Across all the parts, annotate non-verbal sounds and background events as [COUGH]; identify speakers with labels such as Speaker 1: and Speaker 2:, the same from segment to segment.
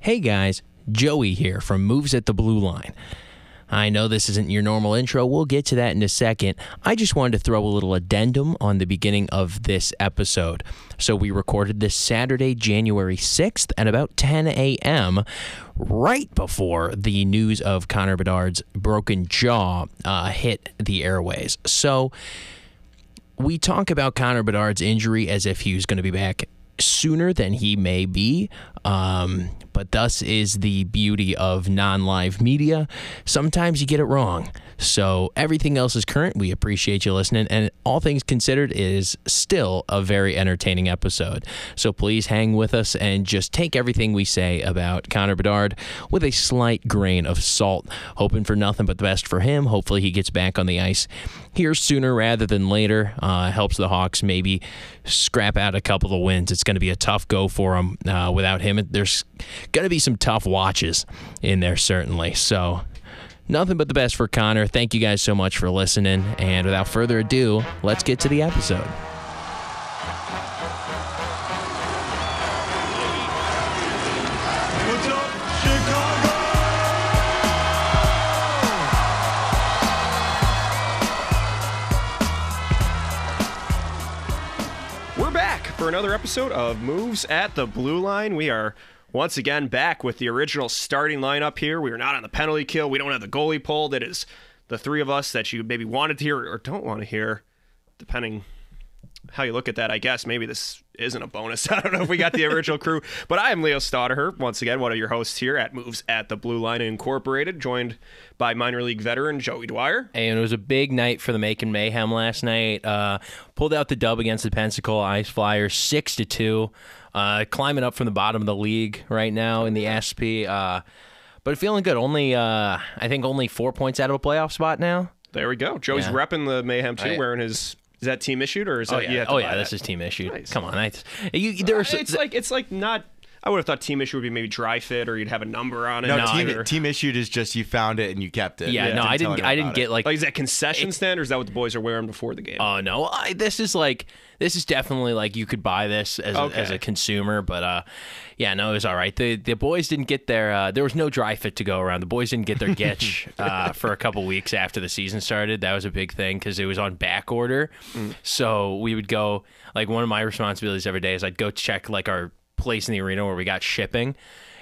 Speaker 1: Hey guys, Joey here from Moves at the Blue Line. I know this isn't your normal intro. We'll get to that in a second. I just wanted to throw a little addendum on the beginning of this episode. So, we recorded this Saturday, January 6th at about 10 a.m., right before the news of Connor Bedard's broken jaw uh, hit the airways. So, we talk about Connor Bedard's injury as if he was going to be back sooner than he may be. Um, but thus is the beauty of non live media. Sometimes you get it wrong. So everything else is current. We appreciate you listening. And all things considered, it is still a very entertaining episode. So please hang with us and just take everything we say about Connor Bedard with a slight grain of salt. Hoping for nothing but the best for him. Hopefully, he gets back on the ice here sooner rather than later. Uh, helps the Hawks maybe scrap out a couple of wins. It's going to be a tough go for them uh, without him. There's going to be some tough watches in there, certainly. So, nothing but the best for Connor. Thank you guys so much for listening. And without further ado, let's get to the episode.
Speaker 2: What's up, Chicago? We're back for another episode of Moves at the Blue Line. We are once again back with the original starting lineup here. We are not on the penalty kill. We don't have the goalie pulled. It is the three of us that you maybe wanted to hear or don't want to hear, depending how you look at that, I guess maybe this isn't a bonus. [LAUGHS] I don't know if we got the original crew, but I am Leo Stodderher, once again, one of your hosts here at Moves at the Blue Line Incorporated, joined by minor league veteran Joey Dwyer.
Speaker 1: And it was a big night for the Macon Mayhem last night. Uh, pulled out the dub against the Pensacola Ice Flyers, six to two. Uh, climbing up from the bottom of the league right now in the SP. Uh, but feeling good. Only uh, I think only four points out of a playoff spot now.
Speaker 2: There we go. Joey's
Speaker 1: Yeah.
Speaker 2: repping the Mayhem too,
Speaker 1: Right.
Speaker 2: wearing his is that team issued or is
Speaker 1: Oh
Speaker 2: that you
Speaker 1: yeah,
Speaker 2: have to
Speaker 1: oh
Speaker 2: buy
Speaker 1: yeah,
Speaker 2: that?
Speaker 1: this is team issue.
Speaker 2: Nice.
Speaker 1: Come on, I, you, there are, s-
Speaker 2: It's like it's like not. I would have thought team issue would be maybe dry fit or you'd have a number on it.
Speaker 1: No,
Speaker 2: or-
Speaker 1: I-
Speaker 3: team, team issued is just you found it and you kept it.
Speaker 1: yeah,
Speaker 3: You
Speaker 1: no, I
Speaker 3: tell
Speaker 1: didn't,
Speaker 3: anyone
Speaker 1: I didn't
Speaker 3: about
Speaker 1: get like,
Speaker 2: like is that concession stand or is that what the boys are wearing before the game?
Speaker 1: oh no, I, this is like, this is definitely like you could buy this as,
Speaker 2: Okay.
Speaker 1: a, as a consumer, but uh, yeah, no, it was all right. The the boys didn't get their, uh, there was no dry fit to go around. The boys didn't
Speaker 2: [LAUGHS]
Speaker 1: get their getch uh, for a couple weeks after the season started. That was a big thing because it was on back order,
Speaker 2: Mm.
Speaker 1: so we would go like one of my responsibilities every day is I'd go check like our place in the arena where we got shipping.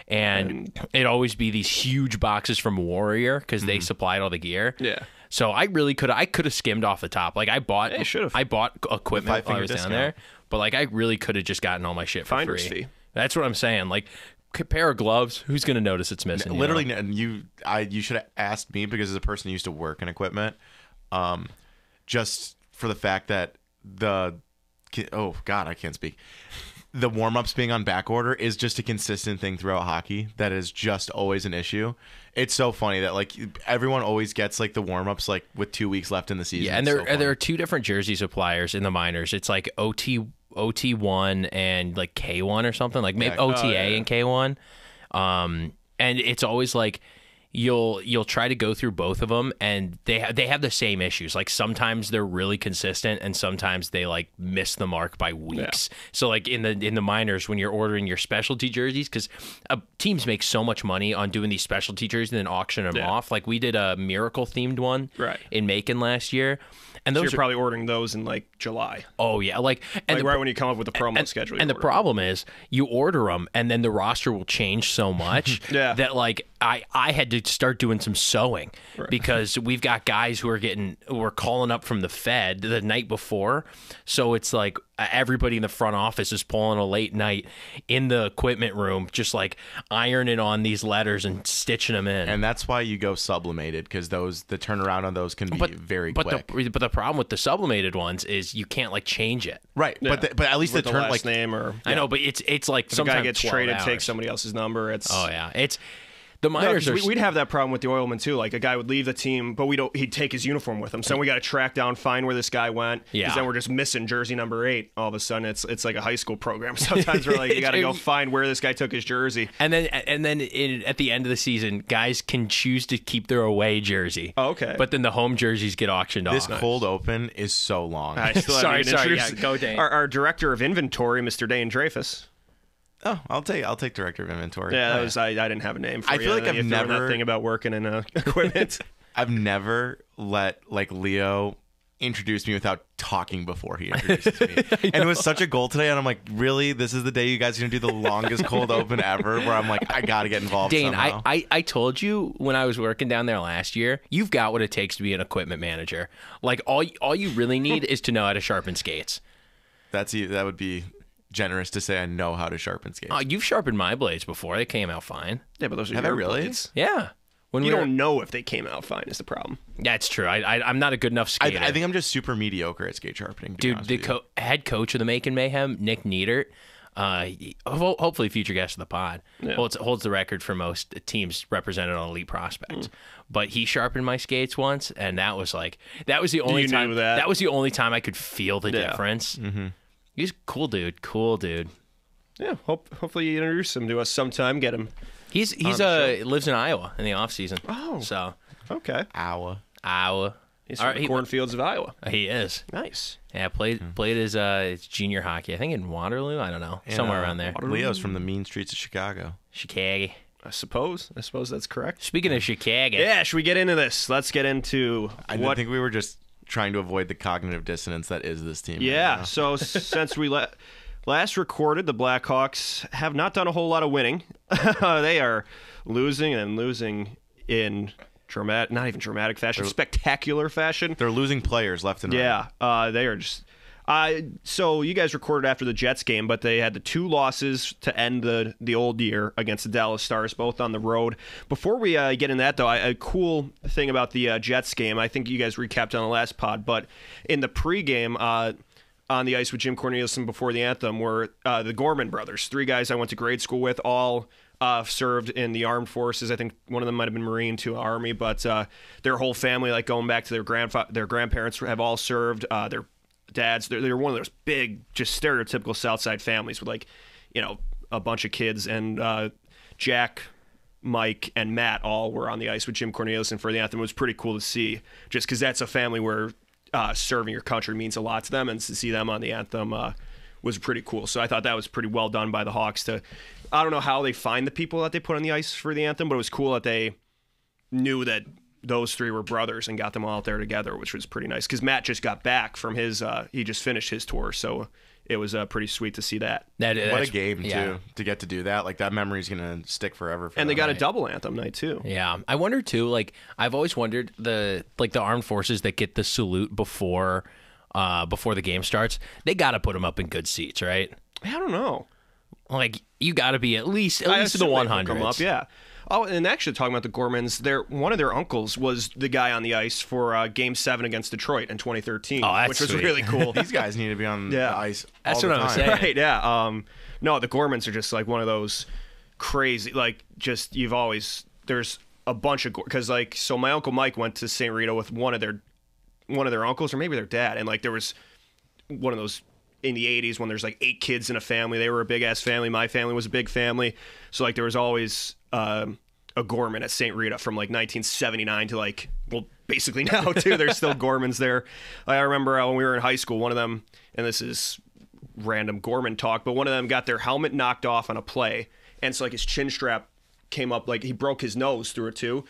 Speaker 1: And it'd always be these huge boxes from Warrior because they supplied all the gear.
Speaker 2: Mm-hmm. Yeah.
Speaker 1: So I really could I could have skimmed off the top. Like I bought
Speaker 2: you should've.
Speaker 1: I bought equipment while I
Speaker 3: five-finger
Speaker 1: was down
Speaker 3: discount.
Speaker 1: there, but like I really could have just gotten all my shit for
Speaker 2: Finder's
Speaker 1: free.
Speaker 2: fee.
Speaker 1: That's what I'm saying. Like a pair of gloves, who's gonna notice it's missing? you know?
Speaker 3: Literally, n- you I you should have asked me because as a person who used to work in equipment, um, just for the fact that the ki- oh god I can't speak. The warm ups being on back order is just a consistent thing throughout hockey that is just always an issue. It's so funny that like everyone always gets like the warm ups like with two weeks left in the season.
Speaker 1: Yeah, and there
Speaker 3: It's so
Speaker 1: and
Speaker 3: funny.
Speaker 1: there are two different jersey suppliers in the minors. It's like OT OT one and like K one or something like maybe
Speaker 3: Yeah. Oh,
Speaker 1: OTA and K one. Um, and it's always like you'll you'll try to go through both of them, and they ha- they have the same issues. Like sometimes they're really consistent, and sometimes they like miss the mark by weeks. So like in the in the minors when you're ordering your specialty jerseys, because uh, teams make so much money on doing these specialty jerseys and then auctioning them off. Like we did a miracle themed one
Speaker 2: Right.
Speaker 1: in Macon last year, and
Speaker 2: So
Speaker 1: those
Speaker 2: you're
Speaker 1: are
Speaker 2: probably ordering those in like July,
Speaker 1: oh yeah, like and
Speaker 2: like
Speaker 1: the,
Speaker 2: right when you come up with the promo
Speaker 1: and,
Speaker 2: schedule. you
Speaker 1: and the
Speaker 2: order.
Speaker 1: problem is you order them and then the roster will change
Speaker 2: [LAUGHS]
Speaker 1: so much
Speaker 2: Yeah.
Speaker 1: that like I I had to start doing some sewing because we've got guys who are getting who are calling up from the Fed the night before, so it's like e, everybody in the front office is pulling a late night in the equipment room, just like ironing on these letters and stitching them in.
Speaker 3: and that's why you go sublimated because those the turnaround on those can be very
Speaker 1: but
Speaker 3: quick.
Speaker 1: the but the problem with the sublimated ones is you can't like change it.
Speaker 3: Right, but the, but at least
Speaker 2: with
Speaker 3: the
Speaker 2: the
Speaker 3: turn
Speaker 2: last
Speaker 3: like
Speaker 2: name or
Speaker 1: I know, but it's it's like
Speaker 2: the
Speaker 1: sometimes
Speaker 2: guy gets
Speaker 1: 12
Speaker 2: traded,
Speaker 1: hours.
Speaker 2: takes somebody else's number. It's
Speaker 1: Oh yeah, it's the
Speaker 2: No,
Speaker 1: minors
Speaker 2: 'cause
Speaker 1: are
Speaker 2: we, would have that problem with the oilman too. Like a guy would leave the team, but we don't. He'd take his uniform with him. So we got to track down, find where this guy went. 'cause
Speaker 1: Yeah.
Speaker 2: then we're just missing jersey number eight. All of a sudden, it's it's like a high school program. [LAUGHS] Sometimes we're
Speaker 1: [LAUGHS]
Speaker 2: like, you got to go find where this guy took his jersey.
Speaker 1: And then, and then in, at the end of the season, guys can choose to keep their away jersey.
Speaker 2: Oh, okay.
Speaker 1: But then the home jerseys get auctioned
Speaker 3: This
Speaker 1: off.
Speaker 3: cold open is so long. [LAUGHS]
Speaker 2: I still haven't
Speaker 1: Sorry,
Speaker 2: even
Speaker 1: sorry,
Speaker 2: introduced-
Speaker 1: yeah, go Dane.
Speaker 2: Our, our director of inventory, Mr. Dane Dreyfus.
Speaker 3: Oh, I'll take I'll take director of inventory.
Speaker 2: Yeah, that was I, I didn't have a name for
Speaker 3: I
Speaker 2: you.
Speaker 3: feel like
Speaker 2: and then
Speaker 3: I've
Speaker 2: you throw that
Speaker 3: never-
Speaker 2: thing about working in uh, [LAUGHS] equipment.
Speaker 3: I've never let like Leo introduce me without talking before he
Speaker 2: [LAUGHS]
Speaker 3: introduces me. and it was such a goal today and I'm like, really? This is the day you guys are gonna do the longest cold open ever where I'm like, I gotta get involved
Speaker 1: Dane, I,
Speaker 3: somehow.
Speaker 1: I, I told you when I was working down there last year, you've got what it takes to be an equipment manager. Like all y- all you
Speaker 2: [LAUGHS]
Speaker 1: really need is to know how to sharpen skates.
Speaker 3: That's e- that would be generous to say I know how to sharpen skates.
Speaker 1: Uh, you've sharpened my blades before; they came out fine.
Speaker 2: yeah, but those are
Speaker 3: Have I
Speaker 2: your
Speaker 3: really?
Speaker 2: blades.
Speaker 1: Yeah, when
Speaker 2: You
Speaker 1: we were-
Speaker 2: don't know if they came out fine is the problem.
Speaker 1: that's true. I, I I'm not a good enough
Speaker 3: I,
Speaker 1: skater.
Speaker 3: I think I'm just super mediocre at skate sharpening. to be
Speaker 1: dude,
Speaker 3: honest
Speaker 1: the
Speaker 3: with you.
Speaker 1: co- head coach of the Macon Mayhem, Nick Niedert, uh, he- ho- hopefully future guest of the pod, holds holds the record for most teams represented on Elite
Speaker 2: Mm.
Speaker 1: Prospects. But he sharpened my skates once, and that was like that was the only
Speaker 2: You knew
Speaker 1: time
Speaker 2: that.
Speaker 1: was the only time I could feel the
Speaker 2: Yeah.
Speaker 1: difference. Mm-hmm. He's a cool, dude. Cool, dude.
Speaker 2: Yeah, hope hopefully you introduce them to us sometime. Get them.
Speaker 1: He's he's uh lives in Iowa in the off season. Oh, so
Speaker 2: Okay,
Speaker 3: Iowa.
Speaker 1: Iowa.
Speaker 2: he's
Speaker 1: All
Speaker 2: from
Speaker 1: right,
Speaker 2: the
Speaker 1: he-
Speaker 2: cornfields of Iowa.
Speaker 1: He is.
Speaker 2: Nice.
Speaker 1: Yeah, played
Speaker 2: Hmm.
Speaker 1: played his uh his junior hockey. I think in Waterloo. I don't know, somewhere
Speaker 3: And, uh,
Speaker 1: around there.
Speaker 3: Leo's from the mean streets of Chicago.
Speaker 1: Chicago.
Speaker 2: I suppose. I suppose that's correct.
Speaker 1: Speaking of Chicago,
Speaker 2: Yeah, should we get into this? Let's get into
Speaker 3: I
Speaker 2: what.
Speaker 3: think we were just trying to avoid the cognitive dissonance that is this team. right
Speaker 2: yeah.
Speaker 3: now.
Speaker 2: So s- since we la- last recorded, the Blackhawks have not done a whole lot of winning. [LAUGHS] they are losing and losing in dramatic, not even dramatic fashion, spectacular fashion.
Speaker 3: They're losing players left and right.
Speaker 2: Yeah, uh, they are just. I so you guys recorded after the Jets game, but they had the two losses to end the the old year against the Dallas Stars, both on the road. Before we uh, get in that though, I, a cool thing about the uh, Jets game, I think you guys recapped on the last pod, but in the pregame. Uh, on the ice with Jim Cornelison before the anthem were uh, the Gorman brothers, three guys I went to grade school with, all uh, served in the armed forces. I think one of them might have been Marine, two Army, but uh, their whole family, like going back to their grandfa- their grandparents, have all served. Uh, their dads, they're, they're one of those big, just stereotypical Southside families with like, you know, a bunch of kids and uh, Jack. Mike and Matt all were on the ice with Jim Cornelison for the anthem. It was pretty cool to see, just because that's a family where uh, serving your country means a lot to them, and to see them on the anthem uh, was pretty cool. So I thought that was pretty well done by the Hawks. To I don't know how they find the people that they put on the ice for the anthem, but it was cool that they knew that those three were brothers and got them all out there together, which was pretty nice. Because Matt just got back from his, uh, he just finished his tour, so it was uh, pretty sweet to see that.
Speaker 1: That,
Speaker 3: What
Speaker 1: that's-
Speaker 3: a game
Speaker 1: yeah.
Speaker 3: too to get to do that. Like that memory's gonna stick forever. For
Speaker 2: And they
Speaker 3: them.
Speaker 2: got a double anthem night too.
Speaker 1: Yeah, I wonder too. Like I've always wondered the like the armed forces that get the salute before, uh, before the game starts. They got to put them up in good seats, right?
Speaker 2: I don't know.
Speaker 1: Like you got to be at least at
Speaker 2: I
Speaker 1: least in the
Speaker 2: assume they
Speaker 1: one
Speaker 2: hook 'em
Speaker 1: hundred.
Speaker 2: Up, yeah. Oh, and actually, talking about the Gormans, their one of their uncles was the guy on the ice for uh, Game Seven against Detroit in 2013,
Speaker 1: Oh, that's
Speaker 2: which
Speaker 3: [LAUGHS]
Speaker 2: was
Speaker 1: sweet.
Speaker 2: really cool.
Speaker 3: These guys need to be on
Speaker 2: Yeah.
Speaker 3: the ice.
Speaker 1: That's
Speaker 3: all
Speaker 1: what
Speaker 3: the
Speaker 1: I'm
Speaker 3: time.
Speaker 1: saying.
Speaker 2: right? Yeah. Um, no, the Gormans are just like one of those crazy, like just you've always there's a bunch of because like so my uncle Mike went to St. Rita with one of their one of their uncles or maybe their dad, and like there was one of those in the 80s when there's like eight kids in a family. They were a big ass family. My family was a big family. So like there was always um, a Gorman at St. Rita from like 1979 to like well basically [LAUGHS] now too. There's still Gormans there. I remember uh, when we were in high school, one of them, and this is random Gorman talk, but one of them got their helmet knocked off on a play, and so like his chin strap came up, like he broke his nose through it too.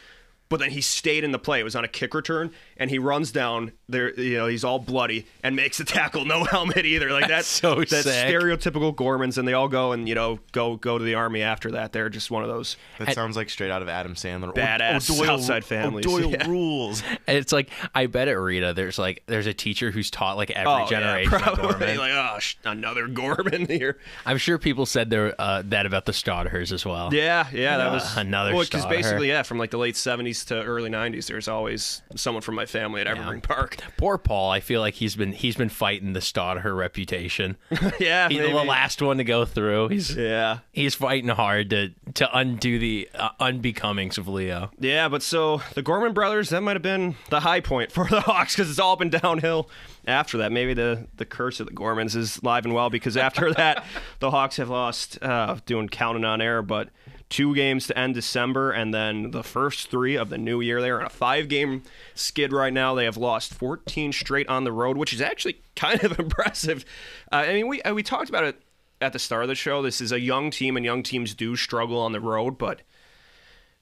Speaker 2: But then he stayed in the play. It was on a kick return, and he runs down there. You know, he's all bloody and makes the tackle. No [LAUGHS] helmet either. Like that's,
Speaker 1: so
Speaker 2: that's
Speaker 1: sick.
Speaker 2: stereotypical Gormans, and they all go and you know go go to the army after that. They're just one of those.
Speaker 3: That sounds like straight out of Adam Sandler.
Speaker 2: Badass Southside families.
Speaker 1: [LAUGHS]
Speaker 3: Doyle
Speaker 2: [LAUGHS] Yeah.
Speaker 3: rules.
Speaker 1: And it's like I bet at Rita, there's like there's a teacher who's taught like every
Speaker 2: Oh, yeah,
Speaker 1: generation. of
Speaker 2: probably
Speaker 1: Gorman.
Speaker 2: like oh sh- another Gorman [LAUGHS] here.
Speaker 1: I'm sure people said there uh, that about the Stodders as well.
Speaker 2: Yeah, yeah, that was
Speaker 1: Uh, another
Speaker 2: because
Speaker 1: star.
Speaker 2: basically, yeah, from like the late '70s to early '90s, there's always someone from my family at Evergreen Park.
Speaker 1: Poor Paul. I feel like he's been he's been fighting the Stodder reputation.
Speaker 2: [LAUGHS] yeah,
Speaker 1: He's the
Speaker 2: maybe.
Speaker 1: last one to go through. He's
Speaker 2: Yeah,
Speaker 1: he's fighting hard to to undo the uh, unbecomings of Leo.
Speaker 2: yeah, but so the Gorman brothers, that might have been the high point for [LAUGHS] the Hawks because it's all been downhill after that. Maybe the the curse of the Gormans is live and well because after that, the Hawks have lost. Uh, doing counting on air, but two games to end December, and then the first three of the new year. They are on a five game skid right now. They have lost [LAUGHS] 14 straight on the road, which is actually kind of impressive. Uh, I mean, we uh, we talked about it at the start of the show. This is a young team, and young teams do struggle on the road. But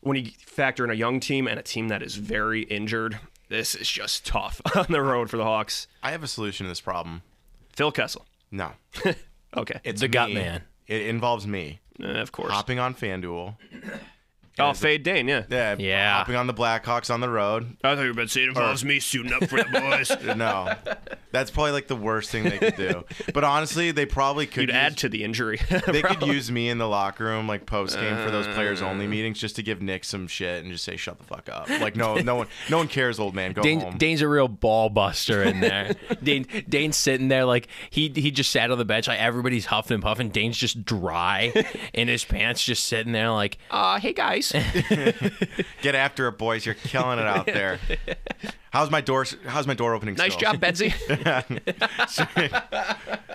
Speaker 2: when you factor in a young team and a team that is very injured, this is just tough [LAUGHS] on the road for the Hawks.
Speaker 3: I have a solution to this problem.
Speaker 2: Phil Kessel.
Speaker 3: No,
Speaker 2: Okay.
Speaker 3: it's
Speaker 1: The gut
Speaker 3: me.
Speaker 1: man.
Speaker 3: It involves me
Speaker 2: Eh, of course.
Speaker 3: hopping on FanDuel.
Speaker 2: oh, Fade Dane, yeah.
Speaker 3: Yeah,
Speaker 1: Yeah.
Speaker 3: hopping on the Blackhawks on the road.
Speaker 2: I thought you were about to say it involves me suiting up for the boys.
Speaker 3: No, that's probably like the worst thing they could do. But honestly, they probably could
Speaker 2: [LAUGHS] You'd
Speaker 3: use-
Speaker 2: add to the injury. [LAUGHS]
Speaker 3: They could use me in the locker room, like post game, for those players
Speaker 2: Uh.
Speaker 3: only meetings, just to give Nick some shit and just say, "Shut the fuck up." Like, no, no one, no one cares, old man. Go
Speaker 1: Dane,
Speaker 2: Um,
Speaker 3: home.
Speaker 1: Dane's a real ball buster in
Speaker 2: [LAUGHS]
Speaker 1: there. Dane, Dane's sitting there like he he just sat on the bench. Like everybody's huffing and puffing. Dane's just
Speaker 2: [LAUGHS]
Speaker 1: dry in his pants, just sitting there like
Speaker 2: uh, hey, guys.
Speaker 3: Get after it, boys. You're killing it out
Speaker 2: [LAUGHS]
Speaker 3: there. How's my door? How's my door opening?
Speaker 2: Nice
Speaker 3: skills?
Speaker 2: job, [LAUGHS] Betsy.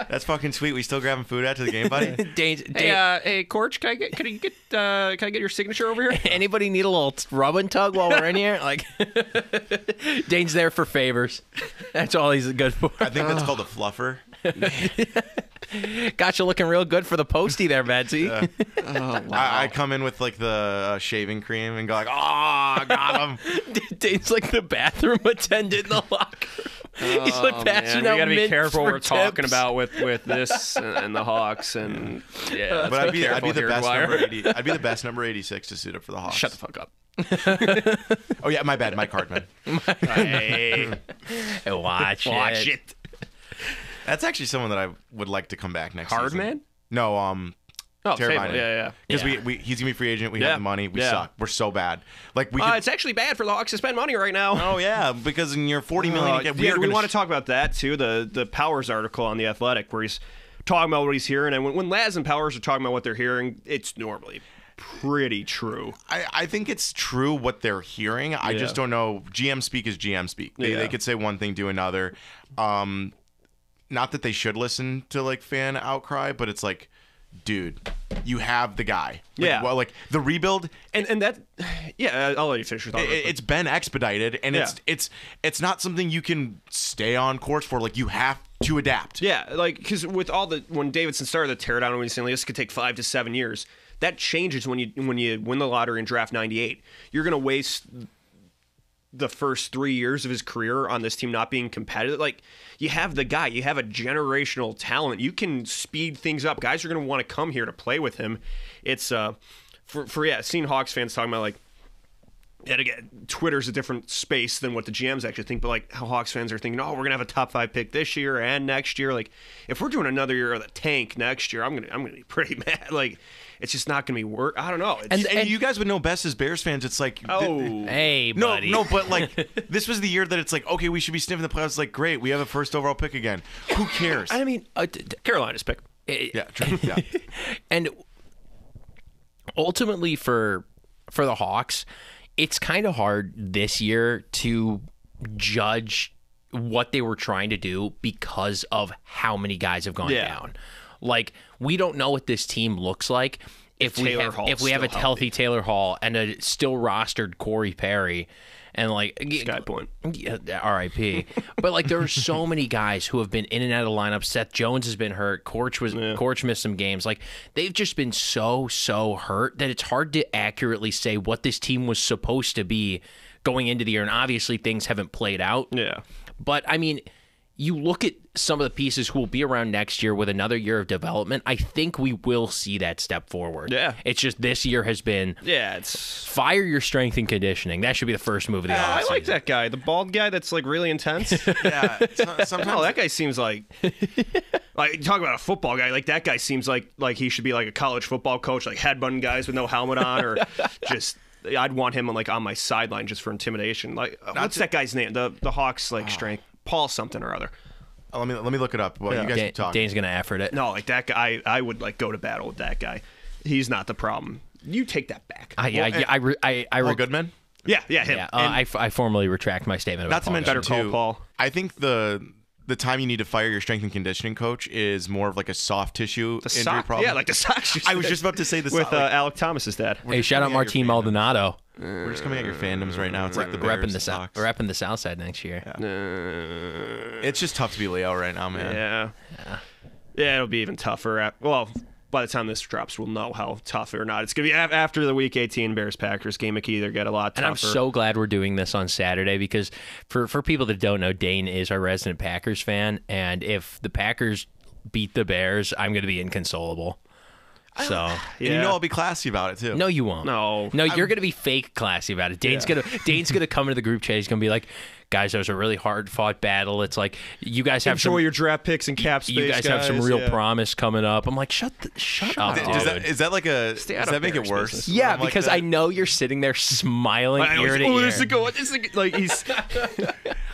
Speaker 3: That's fucking sweet. We still grabbing food after the game, buddy.
Speaker 1: Dane's.
Speaker 2: Hey,
Speaker 1: [LAUGHS] Dane,
Speaker 2: uh, hey, Corch, can I get can I get uh, can I get your signature over here?
Speaker 1: [LAUGHS] Anybody need a little rub and tug while we're in here? Like [LAUGHS] Dane's there for favors. That's all he's good for. [LAUGHS]
Speaker 3: I think that's called a fluffer.
Speaker 1: Got you looking real good for the postie there, Betsy.
Speaker 3: I, I come in with like the uh, shaving cream and go like, "Ah, got him."
Speaker 1: [LAUGHS] Dane's like the bathroom attendant in the locker. room. [LAUGHS] He's like passing out
Speaker 2: Oh, we gotta be
Speaker 1: mints
Speaker 2: careful
Speaker 1: for
Speaker 2: what we're talking
Speaker 1: tips.
Speaker 2: about with [LAUGHS] with this and, and the Hawks and yeah. let's
Speaker 3: But I'd be, I'd be the
Speaker 2: careful here,
Speaker 3: best
Speaker 2: Dwyer.
Speaker 3: number eighty. I'd be the best number eighty-six to suit up for the Hawks.
Speaker 2: Shut the fuck up.
Speaker 3: Oh yeah, my bad, Mike Hartman.
Speaker 2: Hey,
Speaker 1: Hey, [LAUGHS] Watch,
Speaker 2: watch it.
Speaker 3: That's actually someone that I would like to come back next. season.
Speaker 2: Hardman?
Speaker 3: No, um,
Speaker 2: Oh,
Speaker 3: Terrifying.
Speaker 2: Table, Yeah, yeah.
Speaker 3: because
Speaker 1: Yeah.
Speaker 3: we, we he's gonna be free agent. We
Speaker 2: Yeah.
Speaker 3: have the money. We
Speaker 2: Yeah.
Speaker 3: suck. We're so bad. Like we.
Speaker 2: Uh,
Speaker 3: could-
Speaker 2: it's actually bad for the Hawks to spend money right now.
Speaker 3: oh yeah, because in your forty million,
Speaker 2: Uh,
Speaker 3: again,
Speaker 2: yeah,
Speaker 3: are
Speaker 2: we
Speaker 3: gonna
Speaker 2: want
Speaker 3: sh-
Speaker 2: to talk about that too. The the Powers article on the Athletic, where he's talking about what he's hearing, and when, when Laz and Powers are talking about what they're hearing, it's normally pretty true.
Speaker 3: I, I think it's true what they're hearing. I
Speaker 2: Yeah.
Speaker 3: just don't know. GM speak is GM speak. They,
Speaker 2: Yeah.
Speaker 3: they could say one thing, do another. Um, not that they should listen to like fan outcry, but it's like, dude, you have the guy. Like,
Speaker 2: Yeah.
Speaker 3: Well, like the rebuild,
Speaker 2: And and that, [SIGHS] yeah, I'll let you finish your thought.
Speaker 3: it, it's been expedited, and it's it's it's not something you can stay on course for. Like you have to adapt.
Speaker 2: Yeah, like because with all the when Davidson started the teardown, when he's saying like, this could take five to seven years, that changes when you when you win the lottery and draft ninety eight. You're gonna waste the first three years of his career on this team not being competitive. Like you have the guy, you have a generational talent. You can speed things up. Guys are gonna want to come here to play with him. It's uh for for yeah, seeing Hawks fans talking about like and again, Twitter's a different space than what the GMs actually think, but like how Hawks fans are thinking, oh, we're gonna have a top five pick this year and next year. Like, if we're doing another year of the tank next year, I'm gonna I'm gonna be pretty [LAUGHS] mad. Like, it's just not gonna be work. I don't know. It's,
Speaker 3: And, you guys would know best as Bears fans. It's like
Speaker 2: oh,
Speaker 1: Hey,
Speaker 3: No,
Speaker 1: buddy.
Speaker 3: no, but like this was the year that it's like, okay, we should be sniffing the playoffs. Like, great, we have a first overall pick again. Who cares?
Speaker 1: I mean, uh, d- d-
Speaker 2: Carolina's pick. Eh,
Speaker 1: it-
Speaker 3: yeah, true. Yeah.
Speaker 1: and ultimately for for the Hawks, it's kind of hard this year to judge what they were trying to do because of how many guys have gone
Speaker 2: Yeah.
Speaker 1: down. Like we don't know what this team looks like if we
Speaker 2: Taylor
Speaker 1: have,
Speaker 2: Hall's
Speaker 1: if we have a
Speaker 2: still
Speaker 1: healthy, Taylor Hall and a still rostered Corey Perry and like
Speaker 2: Guy point.
Speaker 1: yeah, R.I.P. but like there are
Speaker 2: [LAUGHS]
Speaker 1: so many guys who have been in and out of the lineup. Seth Jones has been hurt. Corch was Corch missed some games. Like they've just been so so hurt that it's hard to accurately say what this team was supposed to be going into the year. And obviously things haven't played out.
Speaker 2: Yeah,
Speaker 1: But I mean, you look at some of the pieces who will be around next year with another year of development. I think we will see that step forward.
Speaker 2: Yeah.
Speaker 1: it's just this year has been.
Speaker 2: yeah. It's
Speaker 1: Fire your strength and conditioning. That should be the first move of the offseason.
Speaker 2: I like that guy, the bald guy that's like really intense. [LAUGHS]
Speaker 3: yeah. so- Sometimes
Speaker 2: no, Oh, that guy seems like [LAUGHS] like talk about a football guy. Like that guy seems like like he should be like a college football coach, like headbutting guys with no helmet on,
Speaker 3: [LAUGHS]
Speaker 2: or just I'd want him on like on my sideline just for intimidation. Like uh, what's that guy's name? The the Hawks
Speaker 3: Oh.
Speaker 2: like strength Paul something or other.
Speaker 3: let me let me look it up. Well, you guys
Speaker 1: Dan-
Speaker 3: keep talking.
Speaker 1: Dane's gonna effort it.
Speaker 2: No, like that guy. I, I would like go to battle with that guy. He's not the problem. You take that back.
Speaker 1: I, I, I, re- I, I,
Speaker 3: Paul
Speaker 1: re-
Speaker 3: Goodman.
Speaker 2: yeah, yeah, him.
Speaker 1: yeah, uh, I, f- I formally retract my statement. About
Speaker 3: Not to
Speaker 1: Paul
Speaker 3: mention,
Speaker 2: Better
Speaker 1: Goodman.
Speaker 2: call
Speaker 3: too,
Speaker 2: Paul.
Speaker 3: I think the the time you need to fire your strength and conditioning coach is more of like a soft tissue
Speaker 2: the
Speaker 3: injury
Speaker 2: sock,
Speaker 3: problem.
Speaker 2: yeah, like
Speaker 3: [LAUGHS]
Speaker 2: the socks. you
Speaker 3: I was
Speaker 2: said.
Speaker 3: just about to say the
Speaker 2: with
Speaker 3: sock,
Speaker 2: uh,
Speaker 3: like-
Speaker 2: Alec Thomas's dad.
Speaker 1: hey, shout out
Speaker 3: Coming at your
Speaker 1: Martin Maldonado,
Speaker 3: We're just coming at your fandoms right now. It's like the Bears,
Speaker 1: repping the south,
Speaker 3: Hawks.
Speaker 1: repping the south side next year.
Speaker 3: It's just tough to be Leo right now, man.
Speaker 2: Yeah. Yeah. Yeah, it'll be even tougher. At, well, by the time this drops, we'll know how tough or not. It's gonna be af- after the Week 18 Bears Packers game. It could either get a lot tougher.
Speaker 1: And I'm so glad we're doing this on Saturday because for, for people that don't know, Dane is our resident Packers fan. And if the Packers beat the Bears, I'm going to be inconsolable. So,
Speaker 3: And you
Speaker 2: Yeah.
Speaker 3: know I'll be classy about it too.
Speaker 1: no, you won't.
Speaker 2: No.
Speaker 1: No, you're going to be fake classy about it. Dane's going to Dane's going to come into the group chat. He's going to be like, guys, that was a really hard fought battle. It's like, you guys have
Speaker 2: enjoy
Speaker 1: some.
Speaker 2: your draft picks and cap space.
Speaker 1: you guys, have some
Speaker 2: guys.
Speaker 1: real
Speaker 2: yeah.
Speaker 1: promise coming up. I'm like, shut, the, shut, up.
Speaker 3: Th- Does
Speaker 1: dude.
Speaker 3: that, is that like a?
Speaker 2: out
Speaker 3: Does
Speaker 2: of
Speaker 3: that make it
Speaker 2: Bears
Speaker 3: worse?
Speaker 2: business.
Speaker 1: yeah,
Speaker 3: Something like uh,
Speaker 1: because
Speaker 3: that?
Speaker 1: I know you're sitting there smiling
Speaker 2: I always,
Speaker 1: ear to
Speaker 2: oh,
Speaker 1: ear.
Speaker 2: this is a good one. This is a good,
Speaker 1: [LAUGHS]
Speaker 2: like he's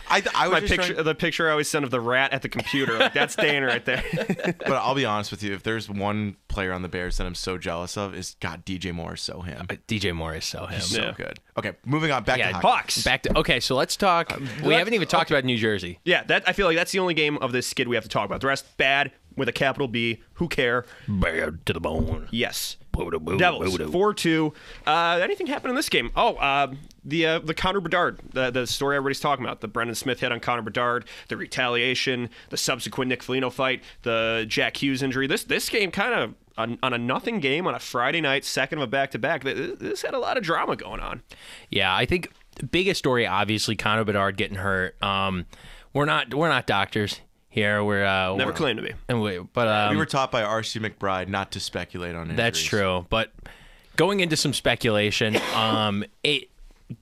Speaker 3: I, I was
Speaker 2: my
Speaker 3: just
Speaker 2: picture.
Speaker 3: trying-
Speaker 2: The picture I always send of the rat at the computer. Like that's Dane
Speaker 1: [LAUGHS]
Speaker 2: right there. [LAUGHS]
Speaker 3: but I'll be honest with you. If there's one player on the Bears that I'm so jealous of, is God DJ Moore. is So him.
Speaker 1: DJ Uh, Moore is so him.
Speaker 3: So
Speaker 2: Yeah.
Speaker 3: good. Okay, moving on. Back
Speaker 1: Yeah, Um,
Speaker 3: to hockey.
Speaker 2: Hawks.
Speaker 1: Back to okay, so let's talk. we haven't even talked about New Jersey.
Speaker 2: Yeah, that I feel like that's the only game of this skid we have to talk about. The rest bad with a capital B. Who care?
Speaker 1: Bad to the bone.
Speaker 2: Yes.
Speaker 1: Boo-doo-boo,
Speaker 2: Devils
Speaker 1: boo-doo.
Speaker 2: four two. Uh, anything happened in this game? Oh, uh, the uh, the Connor Bedard, the, the story everybody's talking about, the Brendan Smith hit on Connor Bedard, the retaliation, the subsequent Nick Foligno fight, the Jack Hughes injury. This this game kind of on, on a nothing game on a Friday night, second of a back to back. This had a lot of drama going on.
Speaker 1: Yeah, I think biggest story obviously Connor Bedard getting hurt. Um, we're not we're not doctors here. We're uh,
Speaker 2: Never
Speaker 1: we're-
Speaker 2: claimed to be.
Speaker 1: and we- but um,
Speaker 3: We were taught by R.C. McBride not to speculate on injuries.
Speaker 1: That's true. But going into some speculation, um, it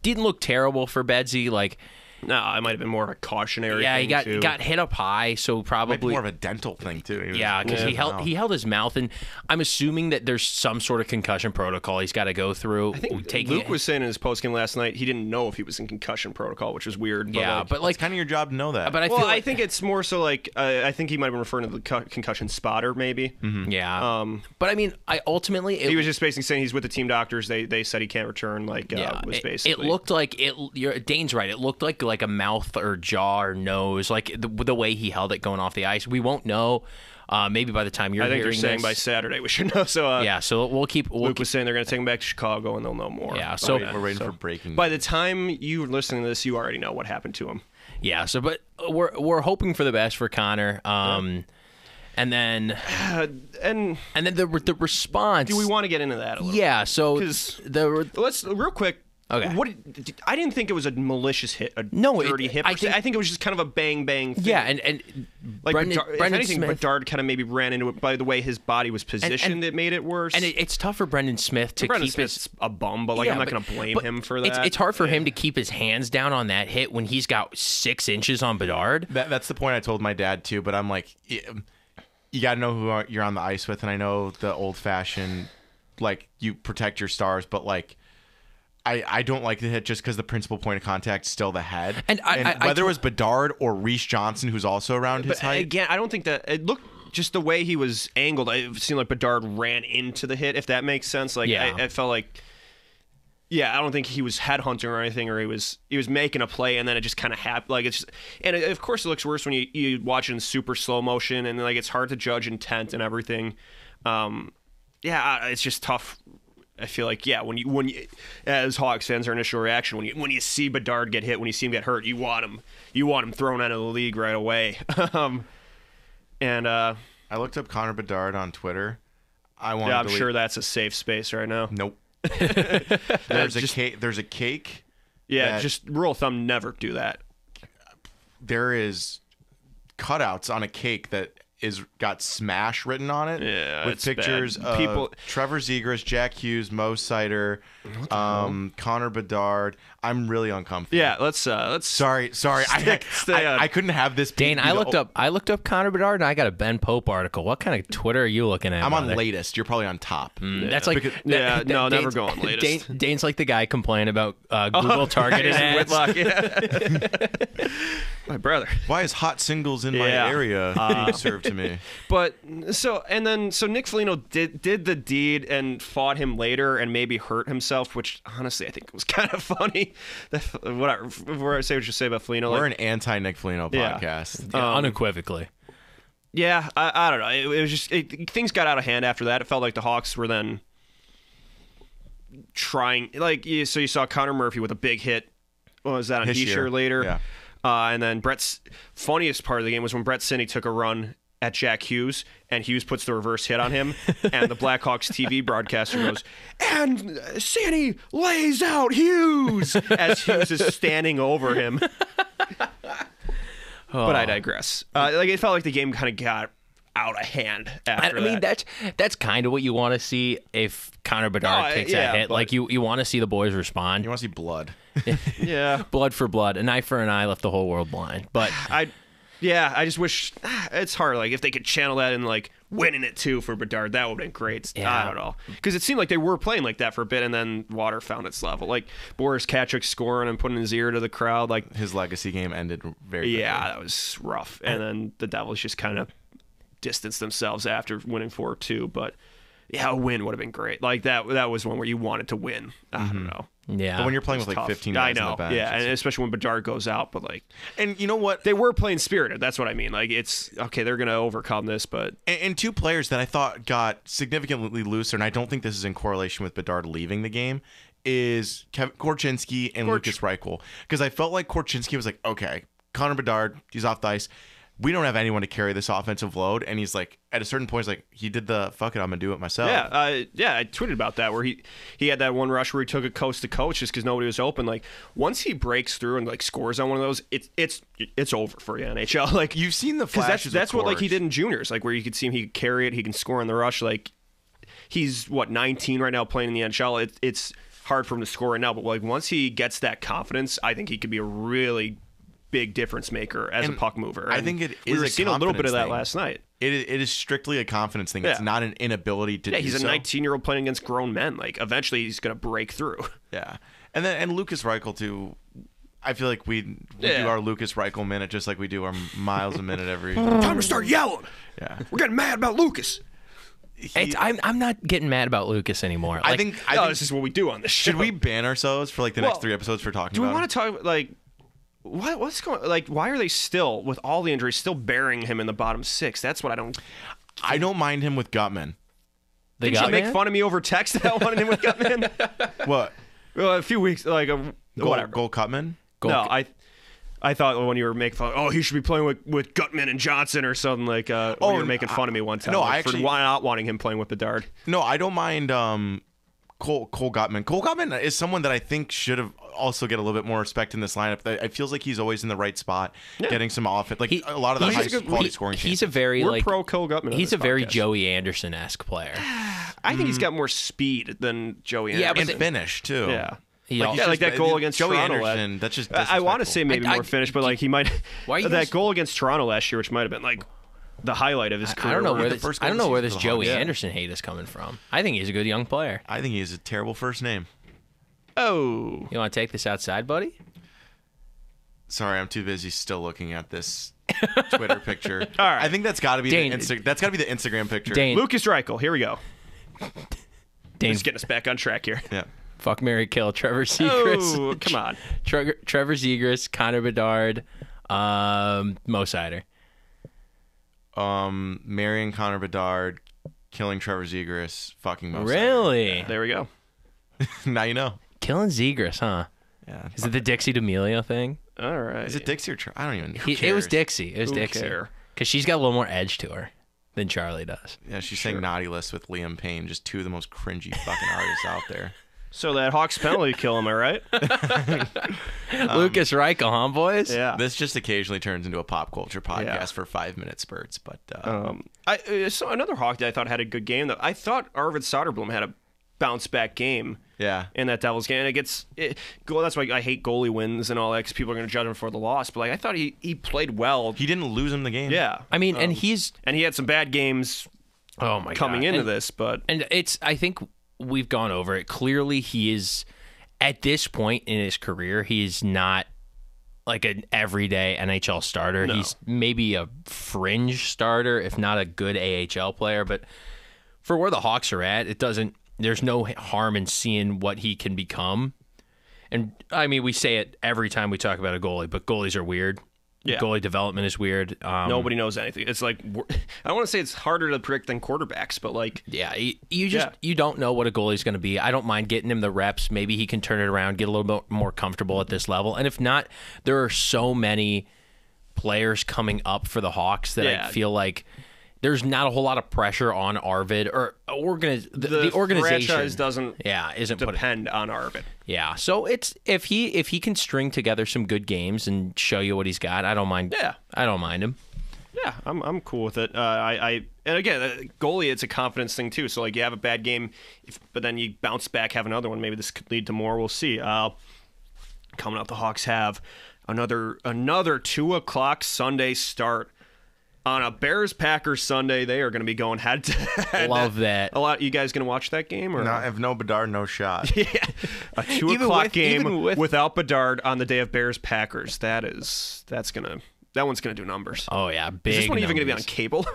Speaker 1: didn't look terrible for Bedsy. Like,
Speaker 2: No, it might have been more of a cautionary.
Speaker 1: yeah, he
Speaker 2: thing,
Speaker 1: got
Speaker 2: too.
Speaker 1: got hit up high, so
Speaker 3: Might be
Speaker 1: probably
Speaker 3: more of a dental thing too. He was-
Speaker 1: Yeah, because he held he held his mouth, and I'm assuming that there's some sort of concussion protocol he's got to go through. I
Speaker 2: think Luke was saying in his postgame last night he didn't know if he was in concussion protocol, which is weird. But
Speaker 1: yeah,
Speaker 2: like,
Speaker 1: but like,
Speaker 3: it's kind of your job to know that.
Speaker 1: but I
Speaker 2: well,
Speaker 1: feel
Speaker 2: I
Speaker 1: like,
Speaker 2: think it's more so like uh, I think he might have been referring to the co- concussion spotter, maybe.
Speaker 3: Mm-hmm.
Speaker 1: yeah. Um, but I mean, I ultimately it,
Speaker 2: He was just basically saying he's with the team doctors. They they said he can't return. Like uh,
Speaker 1: yeah,
Speaker 2: was
Speaker 1: it- it,
Speaker 2: basically
Speaker 1: looked like it. You're, Dane's right. It looked like like a mouth or jaw or nose, like the, the way he held it going off the ice. We won't know. Uh, maybe by the time you're
Speaker 2: I think they're
Speaker 1: hearing
Speaker 2: saying by
Speaker 1: this,
Speaker 2: Saturday we should [LAUGHS] know. So uh,
Speaker 1: yeah. So we'll keep. We'll
Speaker 2: Luke was saying they're going to take him back to Chicago and they'll know more.
Speaker 1: Yeah,
Speaker 2: But,
Speaker 1: so-
Speaker 2: uh,
Speaker 3: we're waiting for breaking.
Speaker 2: by the time you're listening to this, you already know what happened to him. [SIGHS]
Speaker 1: keep- yeah. So but we're we're hoping for the best for Connor. Um, and then
Speaker 2: Uh, and
Speaker 1: and then the the response.
Speaker 2: do we want to get into that? A little
Speaker 1: yeah. So
Speaker 2: 'Cause-
Speaker 1: the
Speaker 2: Let's real quick.
Speaker 1: Okay.
Speaker 2: What did, did- I didn't think it was a malicious hit, a
Speaker 1: No, it-
Speaker 2: dirty hit.
Speaker 1: I
Speaker 2: I think,
Speaker 1: think-
Speaker 2: I think it was just kind of a bang bang. Thing.
Speaker 1: Yeah, and and
Speaker 2: like
Speaker 1: Brendan,
Speaker 2: Bedard,
Speaker 1: Brendan
Speaker 2: if anything,
Speaker 1: Smith,
Speaker 2: Bedard kind of maybe ran into it by the way his body was positioned. it made it worse.
Speaker 1: and it, it's tough for Brendan Smith to
Speaker 2: Brendan
Speaker 1: keep
Speaker 2: Smith's
Speaker 1: his.
Speaker 2: a bum, but like I'm
Speaker 1: Yeah,
Speaker 2: not
Speaker 1: but-
Speaker 2: going to blame
Speaker 1: but
Speaker 2: him for that.
Speaker 1: It's, it's hard for him to keep his hands down on that hit when he's got six inches on Bedard.
Speaker 3: That, that's the point I told my dad too. But I'm like, y- um, you got to know who are- you're on the ice with, and I know the old fashioned, like you protect your stars, but like. I, I don't like the hit just because the principal point of contact is still the head.
Speaker 1: And I- I- I
Speaker 3: whether
Speaker 1: to-
Speaker 3: it was Bedard or Reese Johnson, who's also around his
Speaker 2: But
Speaker 3: height,
Speaker 2: again, I don't think that it looked just the way he was angled. It seemed like Bedard ran into the hit, if that makes sense. Like
Speaker 1: Yeah.
Speaker 2: I, I felt like. Yeah, I don't think he was headhunting or anything, or he was he was making a play, and then it just kind of happened. Like it's, just, and it, of course it looks worse when you, you watch it in super slow motion, and like it's hard to judge intent and everything. Um, yeah, I- it's just tough. I feel like yeah, when you when you, as Hawks fans, our initial reaction when you when you see Bedard get hit, when you see him get hurt, you want him you want him thrown out of the league right away. [LAUGHS] um, and uh,
Speaker 3: I looked up Connor Bedard on Twitter. I want.
Speaker 2: yeah,
Speaker 3: to
Speaker 2: I'm
Speaker 3: delete-
Speaker 2: sure that's a safe space right now. [LAUGHS]
Speaker 3: Nope. there's a cake. There's a cake.
Speaker 2: Yeah,
Speaker 3: That-
Speaker 2: just rule of thumb, never do that.
Speaker 3: There is cutouts on a cake that is got smash written on it.
Speaker 2: Yeah,
Speaker 3: with
Speaker 2: it's bad.
Speaker 3: pictures of
Speaker 2: People-
Speaker 3: Trevor Zegras, Jack Hughes, Mo Sider, um, Connor Bedard. I'm really uncomfortable.
Speaker 2: Yeah, let's uh, let's
Speaker 3: Sorry, sorry. I, [LAUGHS]
Speaker 2: Stick- stay
Speaker 3: I,
Speaker 2: on.
Speaker 3: I couldn't have this. be-
Speaker 1: Dane,
Speaker 3: be
Speaker 1: I
Speaker 3: the
Speaker 1: looked
Speaker 3: o-
Speaker 1: up I looked up Connor Bedard and I got a Ben Pope article. What kind of Twitter are you looking at?
Speaker 3: I'm on
Speaker 1: brother?
Speaker 3: latest. You're probably on top.
Speaker 2: Mm.
Speaker 1: That's like
Speaker 2: yeah,
Speaker 1: that-
Speaker 2: no,
Speaker 1: that-
Speaker 2: never go on latest.
Speaker 1: Dane, Dane's like the guy complaining about uh, [LAUGHS] Google targeted
Speaker 2: Jason
Speaker 1: ads.
Speaker 2: Whitlock. yeah. [LAUGHS] My brother.
Speaker 3: Why is hot singles in my
Speaker 2: Yeah. Uh,
Speaker 3: area
Speaker 2: [LAUGHS]
Speaker 3: being served to me?
Speaker 2: But so and then so Nick Foligno did did the deed and fought him later and maybe hurt himself, which honestly I think was [LAUGHS] kind of funny. That- Whatever, whatever I say what you say about Foligno, like,
Speaker 3: We're an anti Nick Foligno
Speaker 2: Yeah.
Speaker 3: podcast.
Speaker 1: Yeah, unequivocally.
Speaker 2: yeah, I, I don't know. It, it was just it, things got out of hand after that. It felt like the Hawks were then trying like you, so you saw Connor Murphy with a big hit. What was that on
Speaker 3: This
Speaker 2: Heisher
Speaker 3: year,
Speaker 2: later?
Speaker 3: yeah.
Speaker 2: Uh, and then Brett's funniest part of the game was when Brett Sinney took a run at Jack Hughes, and Hughes puts the reverse hit on
Speaker 3: [LAUGHS]
Speaker 2: him, and the Blackhawks TV broadcaster goes, and uh, Sandy lays out Hughes as Hughes is standing over him. [LAUGHS] But
Speaker 1: Oh.
Speaker 2: I digress. Uh, like it felt like the game kind of got out of hand
Speaker 1: I,
Speaker 2: after
Speaker 1: I mean,
Speaker 2: that.
Speaker 1: that's that's kind of what you want to see if Connor Bedard
Speaker 2: No, I-
Speaker 1: takes
Speaker 2: yeah,
Speaker 1: a hit.
Speaker 2: but-
Speaker 1: Like you, you want to see the boys respond.
Speaker 3: You want to see blood?
Speaker 1: [LAUGHS]
Speaker 2: yeah.
Speaker 1: Blood for blood, an eye for an eye left the whole world blind. [SIGHS] But
Speaker 2: I, yeah, I just wish ah, it's hard. Like if they could channel that in like winning it too for Bedard, that would have been great. I
Speaker 1: Yeah.
Speaker 2: don't know because it seemed like they were playing like that for a bit, and then water found its level. Like Boris Katrick scoring and putting his ear to the crowd. Like
Speaker 3: His legacy game ended very. quickly.
Speaker 2: yeah, that was rough. And then the Devils just kind of distanced themselves after winning four two, but. Yeah, a win would have been great. Like that. That was one where you wanted to win. I
Speaker 1: Mm-hmm.
Speaker 2: don't know.
Speaker 1: yeah,
Speaker 3: But when you're playing with like
Speaker 2: Tough.
Speaker 3: 15
Speaker 2: I
Speaker 3: guys on
Speaker 2: know.
Speaker 3: the bench,
Speaker 2: yeah, and
Speaker 3: it's-
Speaker 2: especially when Bedard goes out. But like,
Speaker 3: and you know what?
Speaker 2: they were playing spirited. That's what I mean. Like it's okay, they're gonna overcome this, but
Speaker 3: and, and two players that I thought got significantly looser, and I don't think this is in correlation with Bedard leaving the game, is Kevin Korchinski and Lucas Reichel. Because I felt like Korchinski was like, okay, Connor Bedard, he's off the ice. We don't have anyone to carry this offensive load. And he's like, at a certain point, he's like, he did the fuck it, I'm going to do it myself.
Speaker 2: yeah, uh, yeah. I tweeted about that where he he had that one rush where he took it coast to coast just because nobody was open. Like once he breaks through and like scores on one of those, it's it's it's over for the NHL. [LAUGHS] Like
Speaker 3: You've seen the
Speaker 2: because
Speaker 3: flashes.
Speaker 2: that's
Speaker 3: of
Speaker 2: that's what like he
Speaker 3: Korch.
Speaker 2: did in juniors, like where you could see him he could carry it, he can score on the rush. Like he's what 19 right now playing in the NHL. It, it's hard for him to score right now, but like once he gets that confidence, I think he could be a really big difference maker as a puck mover.
Speaker 3: I
Speaker 2: And
Speaker 3: think it
Speaker 2: we
Speaker 3: is
Speaker 2: were
Speaker 3: a
Speaker 2: seeing a little bit
Speaker 3: confidence
Speaker 2: of that
Speaker 3: thing.
Speaker 2: last night.
Speaker 3: It is, it is strictly a confidence thing. It's
Speaker 2: Yeah.
Speaker 3: not an inability to
Speaker 2: Yeah,
Speaker 3: do
Speaker 2: he's a
Speaker 3: so.
Speaker 2: 19 year old playing against grown men. Like, eventually he's going to break through. [LAUGHS]
Speaker 3: Yeah, and then and Lucas Reichel too. I feel like we, we
Speaker 2: Yeah.
Speaker 3: do our Lucas Reichel minute just like we do our miles a minute
Speaker 2: [LAUGHS]
Speaker 3: every.
Speaker 2: Time to start yelling.
Speaker 3: Yeah,
Speaker 2: We're getting mad about Lucas.
Speaker 1: it's, I'm I'm not getting mad about Lucas anymore.
Speaker 3: I
Speaker 1: Like,
Speaker 3: think I
Speaker 2: no,
Speaker 3: think
Speaker 2: this is what we do on this show.
Speaker 3: should we ban ourselves for like the
Speaker 2: Well,
Speaker 3: next three episodes for talking
Speaker 2: Do we
Speaker 3: about?
Speaker 2: want to talk like what what's going? Like, why are they still with all the injuries still burying him in the bottom six? That's what I don't.
Speaker 3: him? I don't mind him with Gutman.
Speaker 1: they
Speaker 2: Did you
Speaker 1: got
Speaker 2: make
Speaker 1: man?
Speaker 2: fun of me over text that I wanted him with
Speaker 1: [LAUGHS]
Speaker 2: Gutman?
Speaker 3: What
Speaker 2: well, a few weeks, like a,
Speaker 3: goal,
Speaker 2: whatever.
Speaker 3: goal Gutman?
Speaker 1: Goal-
Speaker 2: no, I. I thought when you were making fun, oh, he should be playing with, with Gutman and Johnson or something like. Uh, when
Speaker 3: Oh,
Speaker 2: you were making fun of me one time.
Speaker 3: no,
Speaker 2: like,
Speaker 3: I actually-
Speaker 2: for why not wanting him playing with Bedard.
Speaker 3: No, I don't mind. Um, Cole Cole Gutman. Cole Gutman is someone that I think should have also get a little bit more respect in this lineup. It feels like he's always in the right spot, getting some offense, like
Speaker 1: He-
Speaker 3: a lot of the
Speaker 1: he's a
Speaker 3: high
Speaker 1: good-
Speaker 3: quality
Speaker 1: he-
Speaker 3: scoring.
Speaker 1: He's
Speaker 3: chances.
Speaker 1: a very
Speaker 2: We're
Speaker 1: like
Speaker 2: pro Cole Gutman. on
Speaker 1: he's a
Speaker 2: this
Speaker 1: very
Speaker 2: podcast.
Speaker 1: Joey Anderson esque player.
Speaker 2: I think he's got more speed than Joey.
Speaker 1: Yeah,
Speaker 2: Anderson.
Speaker 1: but
Speaker 3: and
Speaker 1: the-
Speaker 3: finish too.
Speaker 2: yeah.
Speaker 1: He
Speaker 2: Like,
Speaker 1: also-
Speaker 2: yeah, like that
Speaker 3: Just-
Speaker 2: goal against
Speaker 3: Joey
Speaker 2: Toronto. last-
Speaker 3: Anderson. That's just.
Speaker 2: I, I want to say maybe
Speaker 1: I- I-
Speaker 2: more finish, but like he might.
Speaker 1: [LAUGHS] Why are you
Speaker 2: [LAUGHS] that
Speaker 1: guys-
Speaker 2: goal against Toronto last year, which might have been like the highlight of his career.
Speaker 1: I don't know
Speaker 2: where
Speaker 1: where
Speaker 3: the
Speaker 1: this,
Speaker 3: first
Speaker 1: I
Speaker 3: goal
Speaker 1: don't know
Speaker 3: of the
Speaker 1: where this
Speaker 3: season
Speaker 1: Joey
Speaker 3: was on, yeah.
Speaker 1: Anderson hate is coming from. I think he's a good young player.
Speaker 3: I think he has a terrible first name.
Speaker 2: Oh,
Speaker 1: You want to take this outside, buddy?
Speaker 3: Sorry, I'm too busy still looking at this Twitter picture.
Speaker 2: All right.
Speaker 3: I think that's got to be
Speaker 1: Dane-
Speaker 3: the Insta- that's got to be the Instagram picture.
Speaker 1: Dane,
Speaker 2: Lucas Reichel. Here we go.
Speaker 1: Dane,
Speaker 2: He's getting us back on
Speaker 1: [LAUGHS]
Speaker 2: track here.
Speaker 3: Yeah.
Speaker 1: fuck Mary Kill, Trevor Segris,
Speaker 2: Oh, come on.
Speaker 1: Tre- [LAUGHS] Trevor Zegras, Connor Bedard, um, Mo Sider.
Speaker 3: Um, marrying Connor Bedard, killing Trevor Zegras, fucking Mo. Sider.
Speaker 1: Really?
Speaker 2: There we go.
Speaker 3: [LAUGHS] now you know.
Speaker 1: Killing Zegras, huh?
Speaker 3: Yeah.
Speaker 1: Is it the Dixie D'Amelio thing?
Speaker 2: All right.
Speaker 3: Is it Dixie or Tra- I don't even. know.
Speaker 1: He, it was Dixie. It was
Speaker 2: Who
Speaker 1: Dixie.
Speaker 2: care?
Speaker 1: Because she's got a little more edge to her than Charlie does.
Speaker 3: Yeah, she's saying naughty list with Liam Payne. Just two of the most cringy fucking artists out there.
Speaker 2: so that Hawks penalty kill? Am
Speaker 3: [LAUGHS]
Speaker 2: I right?
Speaker 1: Lucas Reichel, huh, boys?
Speaker 2: Yeah.
Speaker 3: This just occasionally turns into a pop culture podcast
Speaker 2: Yeah.
Speaker 3: for five minute spurts, but uh,
Speaker 2: Um, I uh, so another Hawk that I thought had a good game though. I thought Arvid Soderblom had a bounce back game.
Speaker 3: Yeah.
Speaker 2: In that Devils game, and it gets it, goal. That's why I hate goalie wins and all that. 'cause people are going to judge him for the loss. But like I thought he he played well.
Speaker 3: he didn't lose him the game.
Speaker 2: yeah.
Speaker 1: I mean, and he's
Speaker 2: and he had some bad games
Speaker 1: oh my
Speaker 2: coming
Speaker 1: God.
Speaker 2: into
Speaker 1: and,
Speaker 2: this, but
Speaker 1: and it's I think we've gone over it. Clearly, he is at this point in his career, he's not like an everyday NHL starter. He's maybe a fringe starter, if not a good AHL player. But for where the Hawks are at, it doesn't. There's no harm in seeing what he can become. And I mean, we say it every time we talk about a goalie, but goalies are weird.
Speaker 2: Yeah.
Speaker 1: Goalie development is weird. Um,
Speaker 2: nobody knows anything. It's like wor- I don't want to say it's harder to predict than quarterbacks, but like
Speaker 1: Yeah, you, you just
Speaker 2: Yeah.
Speaker 1: you don't know what a goalie's going to be. I don't mind getting him the reps. Maybe he can turn it around, get a little bit more comfortable at this level. And if not, there are so many players coming up for the Hawks that
Speaker 2: Yeah.
Speaker 1: I feel like there's not a whole lot of pressure on Arvid or organiz- the, the, organization.
Speaker 2: franchise doesn't
Speaker 1: yeah, isn't putting
Speaker 2: depend on Arvid.
Speaker 1: yeah. So it's if he if he can string together some good games and show you what he's got, I don't mind.
Speaker 2: Yeah.
Speaker 1: I don't mind him.
Speaker 2: Yeah, I'm I'm cool with it. Uh, I, I and again, uh, goalie, it's a confidence thing too. So like, you have a bad game, if, but then you bounce back, have another one. Maybe this could lead to more. We'll see. Uh, coming up, the Hawks have another another two o'clock Sunday start on a Bears Packers Sunday. They are going to be going head to head.
Speaker 1: Love that.
Speaker 2: A lot. You guys going to watch that game or
Speaker 3: No, if no Bedard, no shot.
Speaker 2: [LAUGHS] a two
Speaker 1: Even
Speaker 2: o'clock
Speaker 1: with- even
Speaker 2: game
Speaker 1: with-
Speaker 2: without Bedard on the day of Bears Packers? That is that's gonna that one's gonna do numbers.
Speaker 1: Oh yeah, big.
Speaker 2: is this one even going to be on
Speaker 1: numbers.
Speaker 2: cable?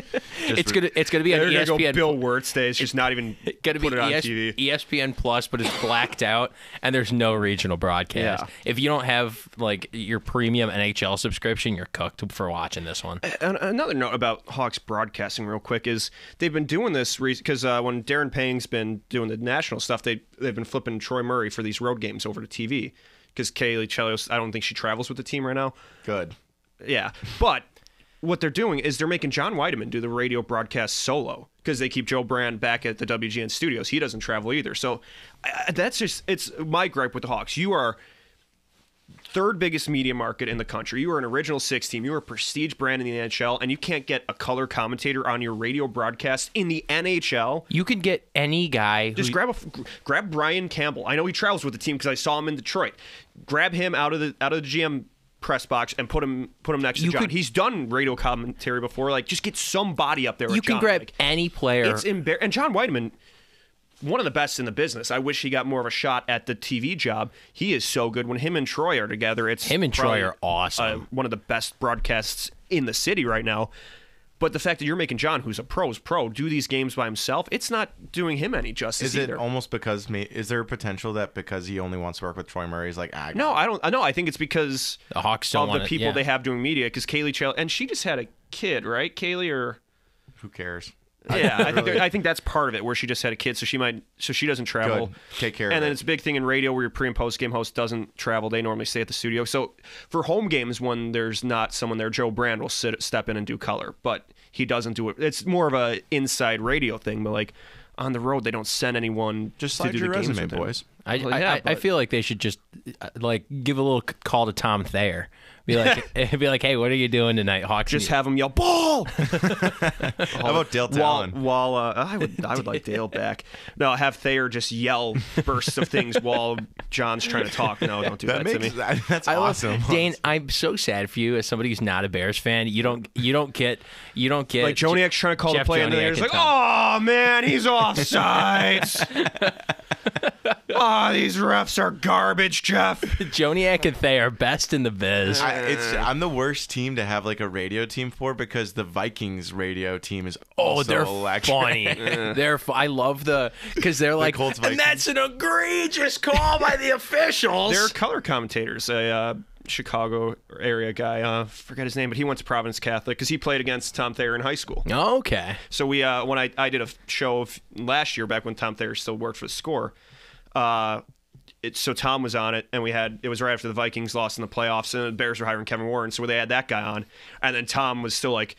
Speaker 2: [LAUGHS]
Speaker 1: It's gonna it's gonna be on E
Speaker 2: They're gonna
Speaker 1: ESPN.
Speaker 2: go Bill Wirtz days. Just not even
Speaker 1: Got to be E
Speaker 2: put it on
Speaker 1: ES-
Speaker 2: TV.
Speaker 1: ESPN Plus, but it's blacked out, and there's no regional broadcast.
Speaker 2: Yeah.
Speaker 1: If you don't have like your premium NHL subscription, you're cooked for watching this one.
Speaker 2: And another note about Hawks broadcasting, real quick, is they've been doing this because uh, when Darren Pang's been doing the national stuff, they they've been flipping Troy Murray for these road games over to TV because Kaylee Chelios, I don't think she travels with the team right now.
Speaker 3: Good.
Speaker 2: Yeah, but what they're doing is they're making John Weideman do the radio broadcast solo because they keep Joe Brand back at the WGN studios. He doesn't travel either, so I, that's just it's my gripe with the Hawks. You are third biggest media market in the country. You are an original six team. You are a prestige brand in the NHL, and you can't get a color commentator on your radio broadcast in the NHL.
Speaker 1: You could get any guy.
Speaker 2: Just
Speaker 1: who,
Speaker 2: grab a grab Brian Campbell. I know he travels with the team because I saw him in Detroit. Grab him out of the out of the GM press box and put him put him next
Speaker 1: You
Speaker 2: to John.
Speaker 1: could-
Speaker 2: He's done radio commentary before. Like just get somebody up there.
Speaker 1: you
Speaker 2: with
Speaker 1: can
Speaker 2: John.
Speaker 1: grab
Speaker 2: Like,
Speaker 1: any player.
Speaker 2: it's embarrassing. And John Weideman, one of the best in the business. I wish he got more of a shot at the TV job. He is so good. When him and Troy are together, it's
Speaker 1: Him and Troy
Speaker 2: probably,
Speaker 1: are awesome.
Speaker 2: Uh, one of the best broadcasts in the city right now. But the fact that you're making John, who's a pro's pro, do these games by himself, it's not doing him any justice
Speaker 3: Is it
Speaker 2: either.
Speaker 3: almost because me? Is there a potential that because he only wants to work with Troy Murray, he's like, ah,
Speaker 2: No, I don't. I know. I think it's because
Speaker 1: The Hawks don't
Speaker 2: of the
Speaker 1: want it,
Speaker 2: people
Speaker 1: yeah.
Speaker 2: they have doing media. Because Kaylee Chell, and she just had a kid, right? Kaylee or
Speaker 3: who cares?
Speaker 2: [LAUGHS] yeah, I think I think that's part of it, where she just had a kid, so she might, so she doesn't travel.
Speaker 3: Good. Take care of
Speaker 2: And then
Speaker 3: it.
Speaker 2: it's a big thing in radio where your pre and post game host doesn't travel; they normally stay at the studio. So for home games, when there's not someone there, Joe Brand will sit, step in and do color, but he doesn't do it. It's more of a inside radio thing, but like on the road, they don't send anyone
Speaker 3: Just
Speaker 2: to
Speaker 3: slide
Speaker 2: do
Speaker 3: your
Speaker 2: the games
Speaker 3: resume,
Speaker 2: with him.
Speaker 3: boys.
Speaker 1: I,
Speaker 2: Well,
Speaker 1: I-
Speaker 2: yeah,
Speaker 1: I, I
Speaker 2: but-
Speaker 1: feel like they should just uh, like give a little c- call to Tom Thayer. Be
Speaker 2: [LAUGHS]
Speaker 1: like, [LAUGHS] be like, hey, what are you doing tonight, Hawks?
Speaker 2: Just have him
Speaker 3: [LAUGHS]
Speaker 2: yell
Speaker 3: [LAUGHS]
Speaker 2: ball.
Speaker 3: How about Dale
Speaker 2: While,
Speaker 3: Talon?
Speaker 2: while uh, I would I would like Dale back. No, have Thayer just yell
Speaker 3: [LAUGHS]
Speaker 2: bursts of things while John's trying to talk. No, don't do that,
Speaker 3: that
Speaker 2: to me.
Speaker 3: makes that, that's
Speaker 1: I love-
Speaker 3: awesome. [LAUGHS]
Speaker 1: Dane. I'm so sad for you as somebody who's not a Bears fan. You don't, you don't get, you don't get
Speaker 2: Like Joniak's trying to call
Speaker 1: Jeff
Speaker 2: the play, and then
Speaker 1: Joniak
Speaker 2: they're just like,
Speaker 1: Tom-
Speaker 2: "Oh man, he's [LAUGHS] offsides. oh, these refs are garbage, Jeff."
Speaker 1: Joniak and Thay are best in the biz.
Speaker 3: [LAUGHS] I, it's I'm the worst team to have like a radio team for because the Vikings radio team is
Speaker 1: oh,
Speaker 3: also
Speaker 1: they're
Speaker 3: electric.
Speaker 1: funny. they're fu- I love the because they're like,
Speaker 3: Colts
Speaker 1: and that's an egregious call by the officials.
Speaker 2: There are color commentators. A uh, Chicago area guy, uh, forget his name, but he went to Providence Catholic because he played against Tom Thayer in high school.
Speaker 1: [LAUGHS] okay.
Speaker 2: So we uh, when I, I did a f- show of last year back when Tom Thayer still worked for the Score. Uh, it, so Tom was on it, and we had it was right after the Vikings lost in the playoffs, and the Bears were hiring Kevin Warren, so they had that guy on, and then Tom was still like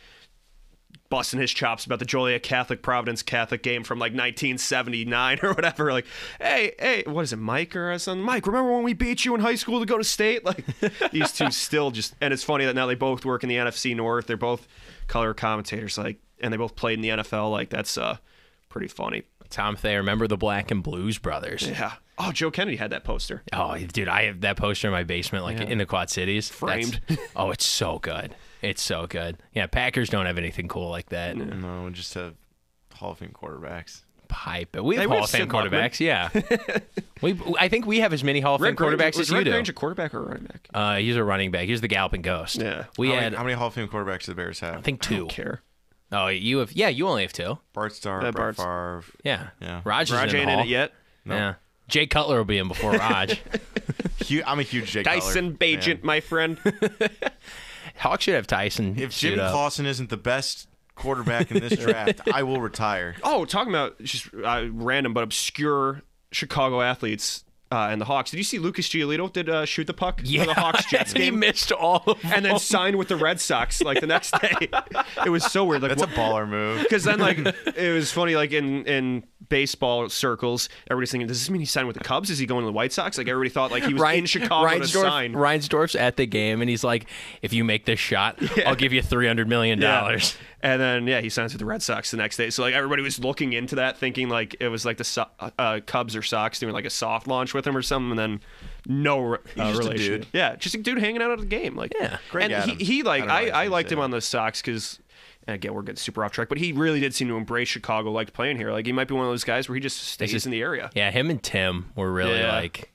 Speaker 2: busting his chops about the Joliet Catholic Providence Catholic game from like 1979 [LAUGHS] or whatever. Like, hey, hey, what is it, Mike or something? Mike, remember when we beat you in high school to go to state?
Speaker 1: [LAUGHS]
Speaker 2: Like, these two still just, and it's funny that now they both work in the NFC North. They're both color commentators, like, and they both played in the NFL. Like, that's uh, pretty funny.
Speaker 1: Tom Thayer, remember the Black and Blues brothers?
Speaker 2: Yeah. Oh, Joe Kennedy had that poster.
Speaker 1: Oh, dude, I have that poster in my basement, like in the Quad Cities. That's-
Speaker 2: Framed.
Speaker 1: oh, it's so good. It's so good. Yeah, Packers don't have anything cool like that.
Speaker 3: No, just have Hall of Fame quarterbacks.
Speaker 1: Pipe. We have
Speaker 2: Hey, we
Speaker 1: Hall
Speaker 2: have
Speaker 1: of Fame
Speaker 2: Sid Luckman.
Speaker 1: quarterbacks. Yeah. we. I think we have as many Hall of Fame quarterbacks
Speaker 2: was
Speaker 1: as you
Speaker 2: Rick
Speaker 1: do.
Speaker 2: Grange a quarterback or a running back?
Speaker 1: Uh, he's a running back. He's the galloping ghost.
Speaker 2: Yeah.
Speaker 1: We
Speaker 3: How,
Speaker 1: had,
Speaker 3: many, how many Hall of Fame quarterbacks do the Bears
Speaker 1: I
Speaker 3: have?
Speaker 1: think, two.
Speaker 2: Care.
Speaker 1: Oh, you have, yeah, you only have two.
Speaker 3: Bart Starr,
Speaker 2: Uh,
Speaker 3: Brett
Speaker 2: Bart's-
Speaker 3: Favre.
Speaker 1: Yeah.
Speaker 3: Yeah.
Speaker 1: Raj,
Speaker 2: Raj
Speaker 1: is in,
Speaker 2: ain't
Speaker 1: the
Speaker 2: in
Speaker 1: hall.
Speaker 2: it yet.
Speaker 1: Yeah. Jay Cutler will be in before
Speaker 2: [LAUGHS]
Speaker 1: Raj.
Speaker 3: Hu- I'm a huge Jake
Speaker 2: Dyson
Speaker 3: Cutler fan.
Speaker 2: Bajent, my friend.
Speaker 1: Hawk should have Tyson.
Speaker 3: If
Speaker 1: suit
Speaker 3: Jimmy
Speaker 1: up.
Speaker 3: Clausen isn't the best
Speaker 1: [LAUGHS]
Speaker 3: quarterback in this draft, I will retire.
Speaker 2: Oh, talking about just uh, random but obscure Chicago athletes. uh, and the Hawks. Did you see Lucas Giolito did uh, shoot the puck for the Hawks
Speaker 1: [LAUGHS]
Speaker 2: Jets
Speaker 1: he
Speaker 2: game?
Speaker 1: missed all of
Speaker 2: And then signed with the Red Sox like the next day. [LAUGHS] it was so weird. Like
Speaker 3: That's a
Speaker 2: wha- [LAUGHS]
Speaker 1: [LAUGHS]
Speaker 3: baller move.
Speaker 2: because then, like, it was funny. Like in in baseball circles, everybody's thinking, "Does this mean he signed with the Cubs? Is he going to the White Sox?" Like everybody thought, like he was in Chicago to
Speaker 1: Reinsdorf-
Speaker 2: sign.
Speaker 1: Reinsdorf's at the game, and he's like, "If you make this shot,
Speaker 2: [LAUGHS]
Speaker 1: I'll give you three hundred million
Speaker 2: Yeah.
Speaker 1: dollars."
Speaker 2: [LAUGHS] And then yeah, he signs with the Red Sox the next day. So like everybody was looking into that, thinking like it was like the so- uh, Cubs or Sox doing like a soft launch with him or something. And then no re- uh,
Speaker 3: just a
Speaker 2: relation.
Speaker 3: dude.
Speaker 2: Yeah, just a dude hanging out at a game. Like
Speaker 1: Yeah.
Speaker 3: Greg
Speaker 2: and he,
Speaker 3: Adams.
Speaker 2: he like
Speaker 3: I don't know
Speaker 2: I,
Speaker 3: why
Speaker 2: I,
Speaker 3: I
Speaker 2: liked
Speaker 3: say
Speaker 2: him on the Sox because. Again, we're getting super off track, but he really did seem to embrace Chicago, liked playing here. Like he might be one of those guys where he just stays
Speaker 1: just-
Speaker 2: in the area.
Speaker 1: Yeah, him and Tim were really
Speaker 2: Yeah.
Speaker 1: like,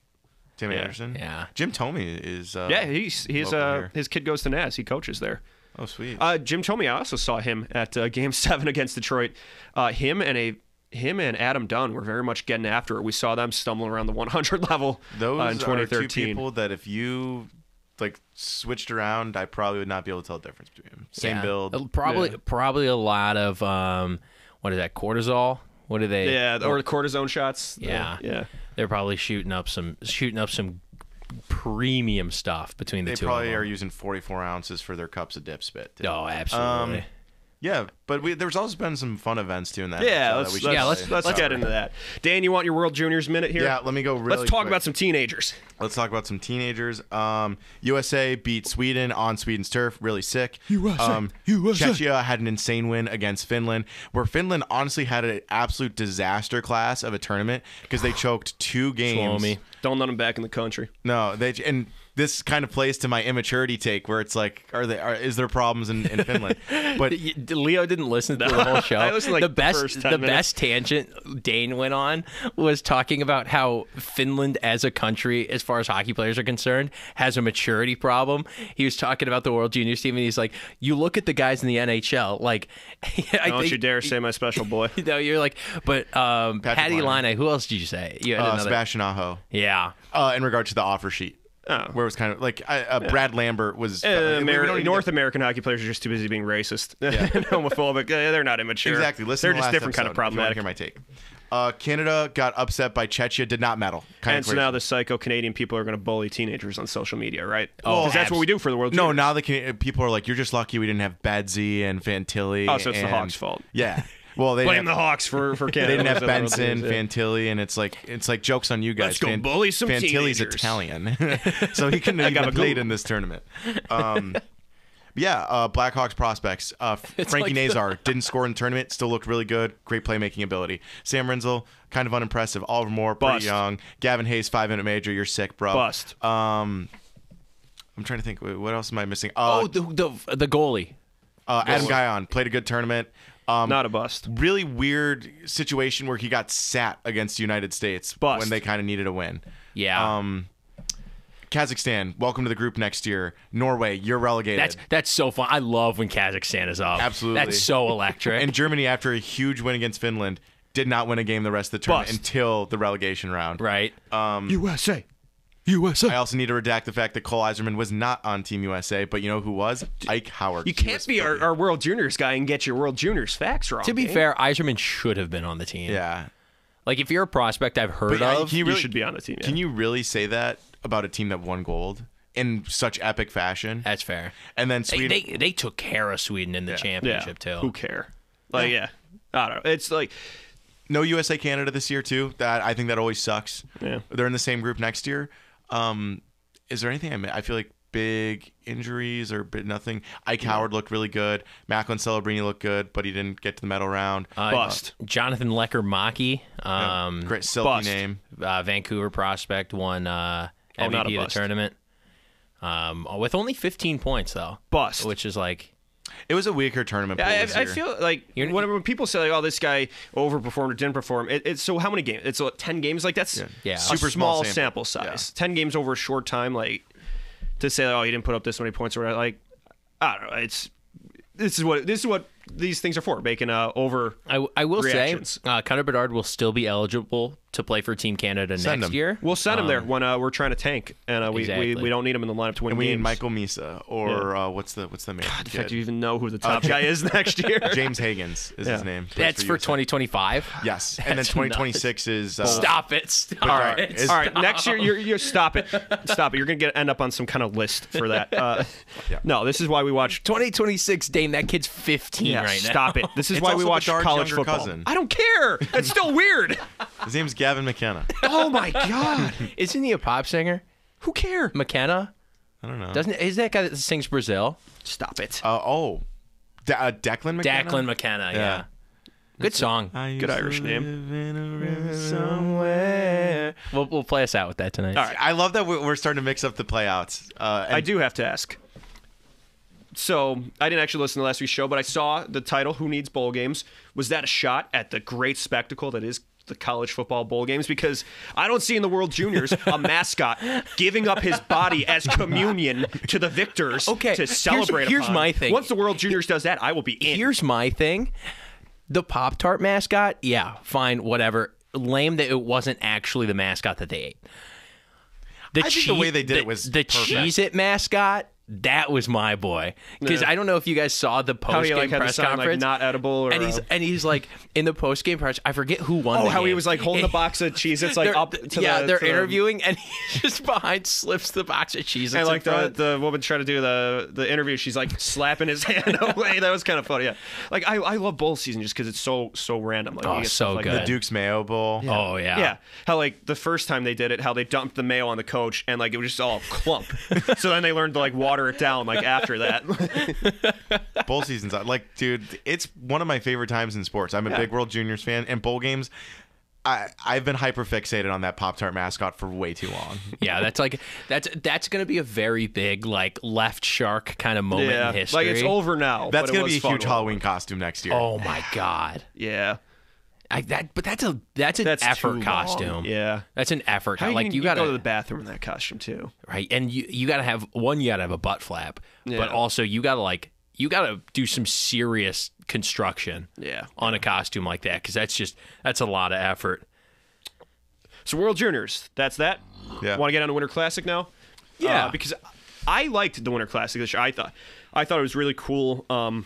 Speaker 3: Tim Anderson.
Speaker 1: yeah.
Speaker 3: Jim Tomey is. Uh,
Speaker 2: Yeah, he's he's
Speaker 3: local
Speaker 2: uh
Speaker 3: here.
Speaker 2: his kid goes to Nass. He coaches there.
Speaker 3: Oh sweet.
Speaker 2: Uh, Jim Tomey, I also saw him at uh, Game [LAUGHS] Seven against Detroit. Uh, him and a him and Adam Dunn were very much getting after it. We saw them stumbling around the 100 [LAUGHS] level uh,
Speaker 3: Those
Speaker 2: in
Speaker 3: are two
Speaker 2: 2013.
Speaker 3: people that if you like switched around, I probably would not be able to tell the difference between them. Same
Speaker 1: yeah.
Speaker 3: build.
Speaker 1: Probably,
Speaker 2: Yeah.
Speaker 1: probably a lot of um, what is that? Cortisol. What are they?
Speaker 2: yeah, or the cortisone shots. The-
Speaker 1: Yeah.
Speaker 2: yeah.
Speaker 1: They're probably shooting up some shooting up some premium stuff between the
Speaker 3: They
Speaker 1: two.
Speaker 3: probably
Speaker 1: of
Speaker 3: are
Speaker 1: them.
Speaker 3: using 44 ounces for their cups of dip spit. too.
Speaker 1: Oh, absolutely.
Speaker 3: Yeah, but we, there's also been some fun events too in that. episode
Speaker 2: Yeah,
Speaker 3: that
Speaker 2: let's,
Speaker 3: we
Speaker 2: let's,
Speaker 3: should
Speaker 1: Yeah, let's-
Speaker 3: say.
Speaker 2: let's get into that. Dan, you want your World Juniors minute here?
Speaker 3: Yeah, let me go. Really
Speaker 2: Let's talk
Speaker 3: quick.
Speaker 2: about some teenagers.
Speaker 3: Let's talk about some teenagers. Um, USA beat Sweden on Sweden's turf. Really sick. USA, um, USA. Czechia had an insane win against Finland, where Finland honestly had an absolute disaster class of a tournament because they choked
Speaker 1: [SIGHS]
Speaker 3: two games.
Speaker 1: me.
Speaker 2: Don't let them back in the country.
Speaker 3: No, they and this kind of plays to my immaturity take, where it's like, are they? Are, is there problems in,
Speaker 1: [LAUGHS]
Speaker 3: in Finland? But
Speaker 1: Y- d- Leo didn't listen to the
Speaker 2: [LAUGHS]
Speaker 1: whole show.
Speaker 2: I listened, like,
Speaker 1: the
Speaker 2: the
Speaker 1: best,
Speaker 2: first 10
Speaker 1: the
Speaker 2: minutes.
Speaker 1: best tangent Dane went on was talking about how Finland, as a country, as far as hockey players are concerned, has a maturity problem. He was talking about the World Juniors team, and he's like, "You look at the guys in the NHL, like, [LAUGHS] I
Speaker 2: Don't
Speaker 1: think,
Speaker 2: you
Speaker 1: [LAUGHS]
Speaker 2: dare say my
Speaker 3: [LAUGHS]
Speaker 2: special boy.
Speaker 1: You know, you're like, but um,
Speaker 3: Patrick
Speaker 1: Patty
Speaker 3: Laine.
Speaker 1: Line, who else did you say? You had
Speaker 3: uh,
Speaker 1: another-
Speaker 3: Sebastian Aho,
Speaker 1: yeah,
Speaker 3: uh, in regard to the offer sheet,
Speaker 1: Oh.
Speaker 3: where it was kind of like I, uh, Brad Lambert was
Speaker 2: Uh,
Speaker 3: we- we
Speaker 2: Ameri-
Speaker 3: don't need to
Speaker 2: North
Speaker 3: get-
Speaker 2: American hockey players are just too busy being racist and [LAUGHS] homophobic. Uh, They're not immature.
Speaker 3: Exactly. Listen,
Speaker 2: They're
Speaker 3: to the
Speaker 2: just
Speaker 3: last
Speaker 2: different kind of
Speaker 3: episode if you wanna
Speaker 2: problematic.
Speaker 3: Hear my take. Uh, Canada got upset by Chechia, did not medal. Kind
Speaker 2: And
Speaker 3: of
Speaker 2: so
Speaker 3: crazy.
Speaker 2: now the psycho Canadian people are going to bully teenagers on social media, right?
Speaker 1: Oh,
Speaker 2: because that's what we do for the world.
Speaker 3: no,
Speaker 2: Juniors.
Speaker 3: now the Can- people are like, you're just lucky we didn't have Badsy and Fantilli.
Speaker 2: Oh, so it's the
Speaker 3: and-
Speaker 2: Hawks' fault.
Speaker 3: Yeah. Well, they
Speaker 2: [LAUGHS] blame
Speaker 3: didn't
Speaker 2: the
Speaker 3: have,
Speaker 2: Hawks for [LAUGHS] for
Speaker 3: they
Speaker 2: Canada.
Speaker 3: didn't have
Speaker 2: losing the World
Speaker 3: Benson,
Speaker 2: Juniors, yeah.
Speaker 3: Fantilli, and it's like it's like jokes on you guys.
Speaker 2: Let's go bully some
Speaker 3: Fantilli's
Speaker 2: teenagers. [LAUGHS]
Speaker 3: Italian, [LAUGHS] so he couldn't have
Speaker 2: gotta
Speaker 3: even played
Speaker 2: go.
Speaker 3: in this
Speaker 2: [LAUGHS]
Speaker 3: tournament. Um, yeah, uh, Blackhawks prospects.
Speaker 2: [LAUGHS]
Speaker 3: Uh,
Speaker 1: like
Speaker 3: Frankie Nazar didn't score in the tournament, still looked really good. Great playmaking ability. Sam Renzel, kind of unimpressive. Oliver Moore, pretty
Speaker 2: Bust.
Speaker 3: young. Gavin Hayes, five minute major. You're sick, bro.
Speaker 2: Bust.
Speaker 3: Um, I'm trying to think. wait, What else am I missing?
Speaker 1: oh,
Speaker 3: Uh,
Speaker 1: the the, the goalie,
Speaker 2: Oh,
Speaker 3: uh, Adam Guyon played a good tournament. Um,
Speaker 2: Not a bust.
Speaker 3: really weird situation where he got sat against the United States
Speaker 2: Bust.
Speaker 3: when they kind of needed a win.
Speaker 1: yeah,
Speaker 3: Um, Kazakhstan, welcome to the group next year. Norway, you're relegated.
Speaker 1: that's that's so fun. I love when Kazakhstan is up.
Speaker 3: Absolutely.
Speaker 1: that's so electric.
Speaker 3: and Germany, after a huge win against Finland, did not win a game the rest of the tournament
Speaker 2: Bust.
Speaker 3: until the relegation round.
Speaker 1: right?
Speaker 2: USA.
Speaker 3: I also need to redact the fact that Cole Eiserman was not on Team USA, but you know who was? Ike Howard.
Speaker 2: You
Speaker 3: He
Speaker 2: can't
Speaker 3: was
Speaker 2: be our,
Speaker 3: filthy.
Speaker 2: our World Juniors guy and get your World Juniors facts wrong.
Speaker 1: To be
Speaker 2: eh?
Speaker 1: fair, Eiserman should have been on the team.
Speaker 3: Yeah.
Speaker 1: Like if you're a prospect I've heard
Speaker 3: But I-
Speaker 1: of,
Speaker 3: can you
Speaker 2: you
Speaker 3: really-
Speaker 2: should be on the team. yeah.
Speaker 3: Can you really say that about a team that won gold in such epic fashion?
Speaker 1: that's fair.
Speaker 3: And then
Speaker 1: They,
Speaker 3: Sweden.
Speaker 1: they they took care of Sweden in the championship
Speaker 2: yeah. Who
Speaker 1: too.
Speaker 2: care? Like yeah. I don't know. It's like
Speaker 3: no USA Canada this year too. That I think that always sucks.
Speaker 2: Yeah.
Speaker 3: They're in the same group next year. Um, is there anything I mi- I feel like big injuries or big nothing? Ike Howard looked really good. Macklin Celebrini looked good, but he didn't get to the medal round.
Speaker 2: bust.
Speaker 1: Jonathan Lecker Maki, um,
Speaker 3: Great silky
Speaker 2: bust.
Speaker 3: name.
Speaker 1: uh, Vancouver prospect, won uh,
Speaker 2: Oh,
Speaker 1: MVP
Speaker 2: not
Speaker 1: of
Speaker 2: a
Speaker 1: the
Speaker 2: bust.
Speaker 1: tournament. Um, with only 15 points though,
Speaker 2: Bust.
Speaker 1: which is like
Speaker 3: It was a weaker tournament.
Speaker 2: Yeah,
Speaker 3: pool
Speaker 2: I,
Speaker 3: this
Speaker 2: I
Speaker 3: year.
Speaker 2: feel like
Speaker 1: You're-
Speaker 2: when, when people say like, "Oh, this guy overperformed or didn't perform," it, it's so how many games? It's like, ten games. Like that's
Speaker 1: Yeah.
Speaker 2: a
Speaker 1: Super
Speaker 3: small
Speaker 2: small,
Speaker 3: sample.
Speaker 2: sample, size. Ten games over a short time. Like to say, "Oh, he didn't put up this many points," or whatever, like I don't know. It's this is what this is what these things are for. Making uh, over
Speaker 1: I, I will
Speaker 2: Reactions.
Speaker 1: say, uh, Connor Bedard will still be eligible to play for Team Canada
Speaker 3: Send
Speaker 1: next
Speaker 3: him.
Speaker 1: year.
Speaker 2: We'll send him there when uh, we're trying to tank, and uh, we,
Speaker 1: Exactly.
Speaker 2: we we don't need him in the lineup to win
Speaker 3: And we
Speaker 2: games.
Speaker 3: need Michael Misa or uh, what's the what's the man?
Speaker 2: The fact you even know who the top guy is [LAUGHS] next year.
Speaker 3: James Higgins is
Speaker 2: Yeah.
Speaker 3: his name. Plays
Speaker 1: That's for
Speaker 3: USA.
Speaker 1: 2025.
Speaker 3: Yes, and then
Speaker 1: That's
Speaker 3: 2026 is uh,
Speaker 1: Stop it. Stop
Speaker 3: Bednar
Speaker 1: it.
Speaker 3: is-
Speaker 2: All right, next year you're, you're stop it, stop it. You're gonna get end up on some kind of list for that. Uh,
Speaker 3: [LAUGHS] Yeah.
Speaker 2: No, this is why we watch
Speaker 1: 2026, Dame. That kid's 15
Speaker 2: Yeah,
Speaker 1: right now.
Speaker 2: stop it. This is
Speaker 3: It's
Speaker 2: why
Speaker 3: also
Speaker 2: we
Speaker 3: the
Speaker 2: watch
Speaker 3: Dark
Speaker 2: college
Speaker 3: younger
Speaker 2: football.
Speaker 3: cousin.
Speaker 2: I don't care. It's still weird.
Speaker 3: His name's Gavin McKenna.
Speaker 2: oh my god.
Speaker 1: Isn't he a pop singer?
Speaker 2: Who care?
Speaker 1: McKenna?
Speaker 3: I don't know.
Speaker 1: Doesn't is that guy that sings Brazil?
Speaker 2: Stop it.
Speaker 3: uh, oh, De- uh, Declan McKenna.
Speaker 1: Declan McKenna, yeah.
Speaker 3: Yeah.
Speaker 1: Good song.
Speaker 3: I used
Speaker 2: Good
Speaker 3: to
Speaker 2: Irish name.
Speaker 3: live in a river somewhere.
Speaker 1: We'll, we'll play us out with that tonight.
Speaker 2: All right.
Speaker 3: I love that we're we're starting to mix up the playouts. Uh, and
Speaker 2: I do have to ask. So I didn't actually listen to last week's show, but I saw the title "Who Needs Bowl Games." Was that a shot at the great spectacle that is the college football bowl games? Because I don't see in the World Juniors
Speaker 1: [LAUGHS]
Speaker 2: a mascot giving up his body as communion to the victors
Speaker 1: Okay,
Speaker 2: to
Speaker 1: here's-
Speaker 2: celebrate.
Speaker 1: here's
Speaker 2: upon.
Speaker 1: my thing.
Speaker 2: Once the World Juniors does that, I will be in.
Speaker 1: Here's my thing. The Pop Tart mascot, yeah, fine, whatever. Lame that it wasn't actually the mascot that they ate. The
Speaker 3: I think the way they did it was
Speaker 1: the
Speaker 3: perfect.
Speaker 1: Cheez It mascot. That was my boy because I don't know if you guys saw the
Speaker 2: how
Speaker 1: post
Speaker 2: do you
Speaker 1: game
Speaker 2: like have the
Speaker 1: press
Speaker 2: sign like
Speaker 1: conference.
Speaker 2: not edible or
Speaker 1: and he's
Speaker 2: uh,
Speaker 1: and he's like in the post game press. I forget who won.
Speaker 2: oh
Speaker 1: the
Speaker 2: how he
Speaker 1: game.
Speaker 2: was like holding the box of cheese. It's like
Speaker 1: They're-
Speaker 2: up to
Speaker 1: yeah,
Speaker 2: the,
Speaker 1: they're
Speaker 2: to the-
Speaker 1: interviewing, and [LAUGHS] he just behind slips the box of cheese.
Speaker 2: I like the, the woman trying to do the the interview. She's like slapping his [LAUGHS] hand away. That was kind of funny. Yeah, like I, I love bowl season just because it's so so random. Like,
Speaker 1: Oh,
Speaker 2: we get
Speaker 1: so
Speaker 2: stuff like
Speaker 1: good.
Speaker 3: the
Speaker 2: that.
Speaker 3: Duke's Mayo Bowl.
Speaker 1: oh yeah,
Speaker 2: Yeah, how like the first time they did it, how they dumped the mayo on the coach and like it was just all clump. so then they learned to like water it down. Like after that, [LAUGHS]
Speaker 3: bowl seasons. I- Like, dude, it's one of my favorite times in sports. I'm a big World Juniors fan, and bowl games. I I've been hyper fixated on that Pop Tart mascot for way too long.
Speaker 1: yeah. That's like that's that's gonna be a very big like left shark kind of moment
Speaker 2: yeah,
Speaker 1: in history.
Speaker 2: like it's over now.
Speaker 3: That's
Speaker 2: [LAUGHS] but it
Speaker 3: gonna
Speaker 2: was
Speaker 3: be a
Speaker 2: fun
Speaker 3: huge
Speaker 2: one.
Speaker 3: Halloween costume next year.
Speaker 1: Oh my god,
Speaker 2: Yeah,
Speaker 1: I, that but that's a that's an
Speaker 2: that's too
Speaker 1: effort
Speaker 2: long.
Speaker 1: costume.
Speaker 2: Yeah,
Speaker 1: That's an effort. co-
Speaker 2: How
Speaker 1: like
Speaker 2: can
Speaker 1: you gotta
Speaker 2: go to the bathroom in that costume too.
Speaker 1: right, and you you gotta have one. You gotta have a butt flap,
Speaker 2: Yeah.
Speaker 1: but also you gotta like you gotta do some serious construction.
Speaker 2: Yeah.
Speaker 1: on a costume like that because that's just that's a lot of
Speaker 2: [LAUGHS]
Speaker 1: effort.
Speaker 2: So World Juniors, that's that.
Speaker 3: Yeah.
Speaker 2: Want to get on to Winter Classic now?
Speaker 1: Yeah.
Speaker 2: Uh, because I liked the Winter Classic this year. I thought I thought it was really cool. Um,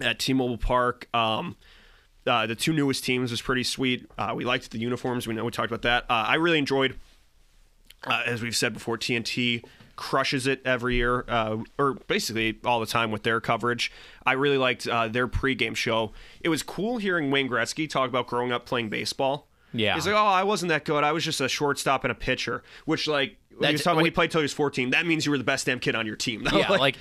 Speaker 2: at T-Mobile Park, um, uh, the two newest teams was pretty sweet. Uh, we liked the uniforms. We know we talked about that. Uh, I really enjoyed, uh, as we've said before, TNT crushes it every year, uh, or basically all the time with their coverage. I really liked uh, their pregame show. It was cool hearing Wayne Gretzky talk about growing up playing baseball.
Speaker 1: Yeah.
Speaker 2: he's like, "Oh, I wasn't that good. I was just a shortstop and a pitcher." Which, like, when he
Speaker 1: That's-
Speaker 2: was talking when he
Speaker 1: wait-
Speaker 2: played till he was fourteen. That means you were the best damn kid on your team.
Speaker 1: Yeah,
Speaker 2: [LAUGHS]
Speaker 1: like,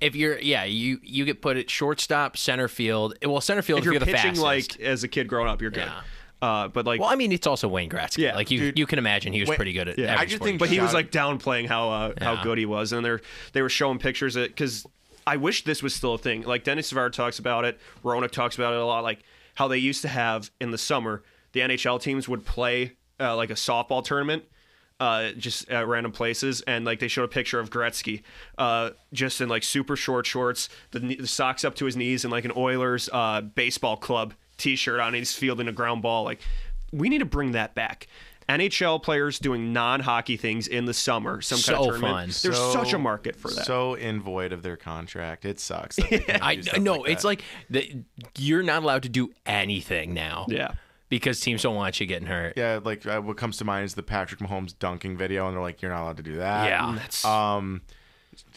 Speaker 1: if you're yeah you you get put at shortstop, center field. Well, center field
Speaker 2: if
Speaker 1: if
Speaker 2: you're,
Speaker 1: you're, the
Speaker 2: pitching
Speaker 1: fastest.
Speaker 2: like as a kid growing up, you're good.
Speaker 1: Yeah.
Speaker 2: Uh, but like
Speaker 1: well, I mean, it's also Wayne Gretzky.
Speaker 2: Yeah,
Speaker 1: like you
Speaker 3: dude.
Speaker 1: you can imagine he was pretty good at.
Speaker 2: yeah.
Speaker 1: every
Speaker 3: I just
Speaker 1: sport.
Speaker 3: think-
Speaker 2: but he was
Speaker 3: Got
Speaker 2: like downplaying how uh,
Speaker 1: Yeah.
Speaker 2: how good he was, and they they were showing pictures of because I wish this was still a thing. Like Dennis Savard talks about it, Ronick talks about it a lot, like how they used to have in the summer the NHL teams would play uh, like a softball tournament. Uh, just at random places, and like they showed a picture of Gretzky, uh, just in like super short shorts, the, kne- the socks up to his knees, and like an Oilers uh, baseball club T-shirt on. He's fielding a ground ball. Like we need to bring that back. NHL players doing non-hockey things in the summer, some kind
Speaker 1: So
Speaker 2: of tournament.
Speaker 1: fun.
Speaker 2: There's
Speaker 3: So-
Speaker 2: such a market for that.
Speaker 3: So in void of their contract, it sucks.
Speaker 2: [LAUGHS]
Speaker 3: that they can't
Speaker 1: I
Speaker 3: do stuff
Speaker 1: no,
Speaker 3: like
Speaker 1: it's
Speaker 3: that.
Speaker 1: like the, you're not allowed to do anything now.
Speaker 2: Yeah.
Speaker 1: because teams don't want you getting hurt.
Speaker 3: yeah, like uh, what comes to mind is the Patrick Mahomes dunking video, and they're like, "You're not allowed to do that."
Speaker 1: Yeah.
Speaker 2: That's
Speaker 3: Um,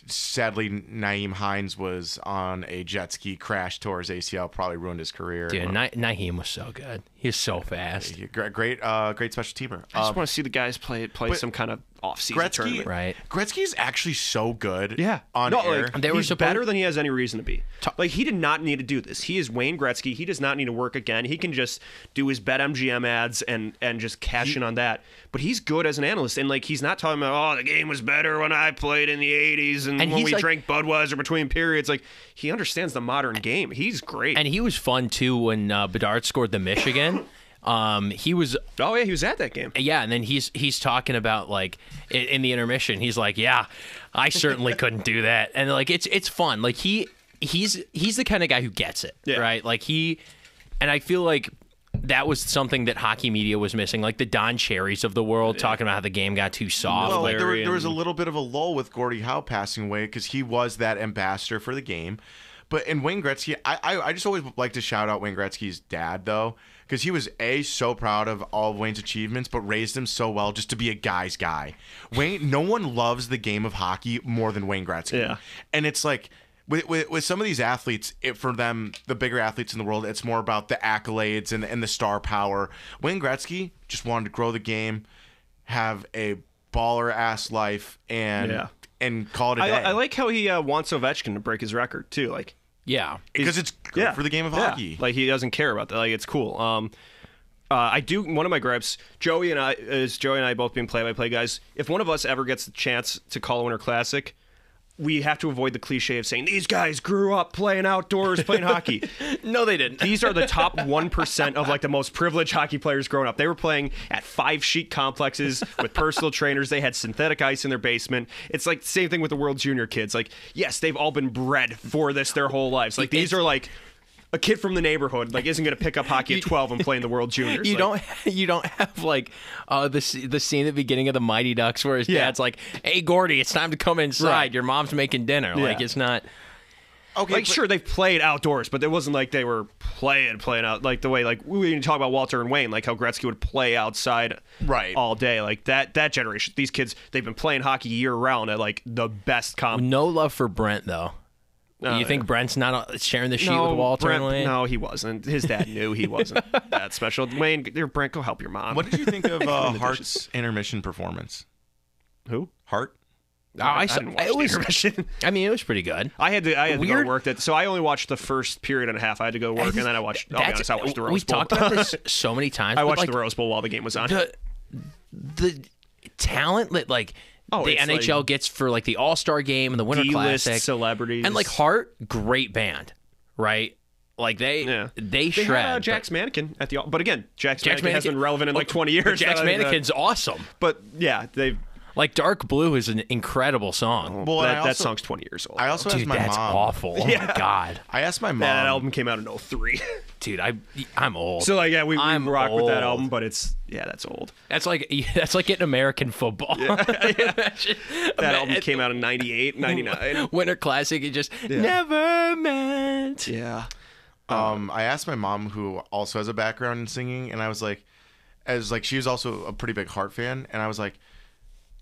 Speaker 3: sadly, Naeem Hines was on a jet ski crash, tore his ACL, probably ruined his career.
Speaker 1: Dude, Na- Naheem was so good. He's so fast.
Speaker 3: He- gre- great, uh, great special teamer.
Speaker 2: I just
Speaker 3: Um,
Speaker 2: want to see the guys play play some kind of off-season
Speaker 3: Gretzky,
Speaker 2: tournament.
Speaker 1: Right.
Speaker 3: Gretzky's actually so good.
Speaker 2: Yeah.
Speaker 3: on
Speaker 2: no,
Speaker 3: air.
Speaker 2: like
Speaker 1: They were
Speaker 2: he's
Speaker 1: supposed-
Speaker 2: better than he has any reason to be. Like he did not need to do this. He is Wayne Gretzky. He does not need to work again. He can just do his bet MGM ads and and just cash in on that. But he's good as an analyst and like he's not talking about oh the game was better when I played in the 80s and,
Speaker 1: And
Speaker 2: when
Speaker 1: he's
Speaker 2: we
Speaker 1: like-
Speaker 2: drank Budweiser between periods. Like he understands the modern game. He's great.
Speaker 1: And he was fun too when uh, Bedard scored the Michigan. Um, he was
Speaker 2: oh yeah, he was at that game.
Speaker 1: yeah, and then he's he's talking about like in, in the intermission. He's like, yeah, I certainly couldn't do that, and like it's it's fun. Like he he's he's the kind of guy who gets it,
Speaker 2: Yeah.
Speaker 1: right? Like he, and I feel like that was something that hockey media was missing, like the Don Cherries of the world talking about how the game got too soft.
Speaker 3: Well,
Speaker 1: like,
Speaker 3: there,
Speaker 2: Larry
Speaker 3: there was a
Speaker 2: and-
Speaker 3: little bit of a lull with Gordie Howe passing away because he was that ambassador for the game. But in Wayne Gretzky, I, I, I just always like to shout out Wayne Gretzky's dad though, because he was a so proud of all of Wayne's achievements, but raised him so well just to be a guy's guy. Wayne, no one loves the game of hockey more than Wayne Gretzky.
Speaker 2: Yeah.
Speaker 3: and it's like. With, with, with some of these athletes, it, for them, the bigger athletes in the world, it's more about the accolades and, and the star power. Wayne Gretzky just wanted to grow the game have a baller ass life and
Speaker 2: Yeah.
Speaker 3: and call it a
Speaker 2: I,
Speaker 3: day.
Speaker 2: I like how he uh, wants Ovechkin to break his record too. Like
Speaker 1: yeah.
Speaker 3: because it's good
Speaker 2: yeah.
Speaker 3: for the game of
Speaker 2: Yeah.
Speaker 3: hockey.
Speaker 2: Like he doesn't care about that. Like it's cool. Um, uh, I do one of my gripes. Joey and I is Joey and I both being play-by-play guys. If one of us ever gets the chance to call a Winter Classic, we have to avoid the cliche of saying these guys grew up playing outdoors,
Speaker 3: [LAUGHS]
Speaker 2: playing hockey.
Speaker 1: No, they didn't.
Speaker 2: These are the top 1% of like the most privileged hockey players growing up. They were playing at five sheet complexes with personal trainers. They had synthetic ice in their basement. It's like the same thing with the world junior kids. Like, yes, they've all been bred for this their whole lives. Like these are like a kid from the neighborhood like isn't going to pick up hockey at 12 and play in the world juniors.
Speaker 1: You
Speaker 2: Like,
Speaker 1: don't [LAUGHS] you don't have like uh, the sc- the scene at the beginning of the Mighty Ducks where his
Speaker 2: Yeah.
Speaker 1: dad's like, "Hey Gordy, it's time to come inside.
Speaker 2: Right.
Speaker 1: Your mom's making dinner." Like
Speaker 2: Yeah.
Speaker 1: it's not.
Speaker 3: Okay,
Speaker 2: like
Speaker 3: but-
Speaker 2: sure they've played outdoors, but it wasn't like they were playing playing out like the way like we didn't talk about Walter and Wayne, like how Gretzky would play outside
Speaker 3: Right.
Speaker 2: all day. Like that that generation, these kids they've been playing hockey year round at like the best comp.
Speaker 1: No love for Brent though.
Speaker 2: No,
Speaker 1: you think
Speaker 2: yeah.
Speaker 1: Brent's not uh, sharing the sheet with Walter
Speaker 2: Brent,
Speaker 1: and Wayne?
Speaker 2: no, he wasn't. His dad knew
Speaker 1: [LAUGHS]
Speaker 2: he wasn't that special. Wayne, your Brent, go help your mom.
Speaker 3: what did you think
Speaker 2: [LAUGHS]
Speaker 3: of uh, Hart's intermission performance?
Speaker 2: Who?
Speaker 3: Hart.
Speaker 1: Oh, I, saw-
Speaker 2: didn't watch
Speaker 1: it
Speaker 2: the
Speaker 1: was.
Speaker 2: intermission. [LAUGHS]
Speaker 1: I mean, it was pretty good.
Speaker 2: I had to. I had to go
Speaker 1: Weird-
Speaker 2: to work. That so I only watched the first period and a half. I had to go work, and then I watched. I'll be honest, I watched the Rose
Speaker 1: we
Speaker 2: Bowl.
Speaker 1: talked about this so many times.
Speaker 2: [LAUGHS] I
Speaker 1: but,
Speaker 2: watched
Speaker 1: like,
Speaker 2: the Rose Bowl while the game was on.
Speaker 1: the the talent that like
Speaker 2: Oh,
Speaker 1: the
Speaker 2: it's
Speaker 1: NHL gets for like the All Star Game and the Winter
Speaker 2: D-list
Speaker 1: Classic,
Speaker 2: celebrities.
Speaker 1: and like Hart, great band, right? Like they
Speaker 2: Yeah.
Speaker 1: they
Speaker 2: They
Speaker 1: shred.
Speaker 2: had uh,
Speaker 1: but
Speaker 2: Jack's Mannequin at the. But again, Jack's,
Speaker 1: Jack's
Speaker 2: Mannequin, has
Speaker 1: Mannequin- Oh,
Speaker 2: been relevant in like 20 years.
Speaker 1: but Jack's
Speaker 2: Uh,
Speaker 1: Mannequin's awesome.
Speaker 2: But yeah, they.
Speaker 1: Like Dark Blue is an incredible song.
Speaker 3: Well,
Speaker 2: that,
Speaker 3: I also,
Speaker 2: that song's 20 years old.
Speaker 3: I um, also asked
Speaker 1: Dude,
Speaker 3: my
Speaker 1: that's
Speaker 3: mom.
Speaker 1: awful.
Speaker 2: [LAUGHS]
Speaker 1: Oh my god,
Speaker 3: I asked my mom.
Speaker 2: that album came out in 03.
Speaker 1: dude, I I'm old.
Speaker 2: [LAUGHS] so like, yeah, we, we
Speaker 1: I'm
Speaker 2: rock with
Speaker 1: old.
Speaker 2: that album, but it's yeah, that's old.
Speaker 1: that's like [LAUGHS] that's like getting American football. [LAUGHS]
Speaker 2: That album came out in 98,
Speaker 1: [LAUGHS]
Speaker 2: 99.
Speaker 1: Winter Classic, it just never meant.
Speaker 2: yeah.
Speaker 3: Um, I asked my mom, who also has a background in singing, and I was like, as like she was also a pretty big Heart fan, and I was like,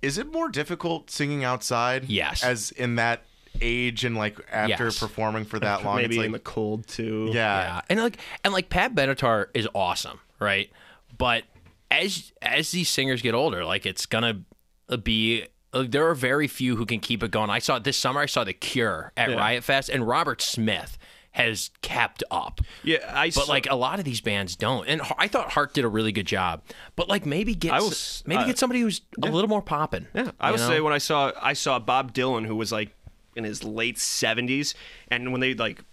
Speaker 3: is it more difficult singing outside?
Speaker 1: Yes.
Speaker 3: As in that age and like after
Speaker 1: Yes.
Speaker 3: performing for that long,
Speaker 2: [LAUGHS] Maybe
Speaker 3: it's like,
Speaker 2: in the cold too.
Speaker 3: yeah,
Speaker 1: Yeah, and like and like Pat Benatar is awesome, right? But as as these singers get older, like it's gonna be like there are very few who can keep it going. I saw this summer. I saw The Cure at Riot Fest, and Robert Smith has kept up.
Speaker 2: Yeah, I.
Speaker 1: But like a lot of these bands don't, and Har- I thought Hart did a really good job. But like maybe get
Speaker 2: will
Speaker 1: s-
Speaker 2: s-
Speaker 1: maybe
Speaker 2: uh,
Speaker 1: get somebody who's a little more poppin'.
Speaker 2: Yeah, I
Speaker 1: you
Speaker 2: would
Speaker 1: know?
Speaker 2: say when I saw I saw Bob Dylan, who was like in his late seventies, and when they like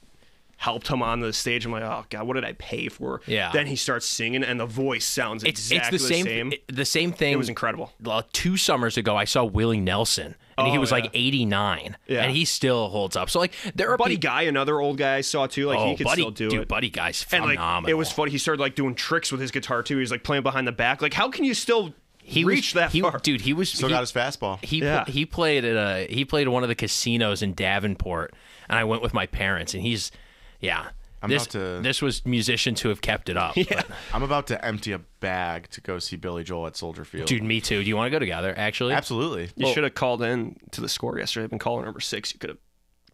Speaker 2: helped him on the stage, I'm like, oh god, what did I pay for?
Speaker 1: Yeah.
Speaker 2: Then he starts singing, and the voice sounds
Speaker 1: it's
Speaker 2: exactly
Speaker 1: it's the same
Speaker 2: same.
Speaker 1: it- the same thing.
Speaker 2: It was incredible.
Speaker 1: Well, two summers ago, I saw Willie Nelson, and he
Speaker 2: Oh,
Speaker 1: was
Speaker 2: yeah.
Speaker 1: like 89,
Speaker 2: Yeah.
Speaker 1: and he still holds up. So like there are
Speaker 2: Buddy
Speaker 1: people,
Speaker 2: Guy, another old guy I saw too, like
Speaker 1: oh,
Speaker 2: he could
Speaker 1: Buddy,
Speaker 2: still do
Speaker 1: dude,
Speaker 2: it.
Speaker 1: Buddy Guy's
Speaker 2: and like
Speaker 1: phenomenal.
Speaker 2: it was funny. He started like doing tricks with his guitar too. He was like playing behind the back. Like how can you still
Speaker 1: he was-
Speaker 2: reach that
Speaker 1: he,
Speaker 2: far?
Speaker 1: dude. He was
Speaker 3: still
Speaker 1: he,
Speaker 3: got his fastball.
Speaker 1: he,
Speaker 2: Yeah.
Speaker 1: he played at a he played at one of the casinos in Davenport, and I went with my parents, and he's yeah.
Speaker 3: I'm
Speaker 1: this
Speaker 3: about to-
Speaker 1: this was musicians who have kept it
Speaker 3: [LAUGHS]
Speaker 1: up. but-
Speaker 3: I'm about to empty a bag to go see Billy Joel at Soldier Field.
Speaker 1: dude, me too. Do you want to go together? Actually,
Speaker 3: [LAUGHS] Absolutely.
Speaker 2: you should have called in to the score yesterday. I've been calling number six. You could have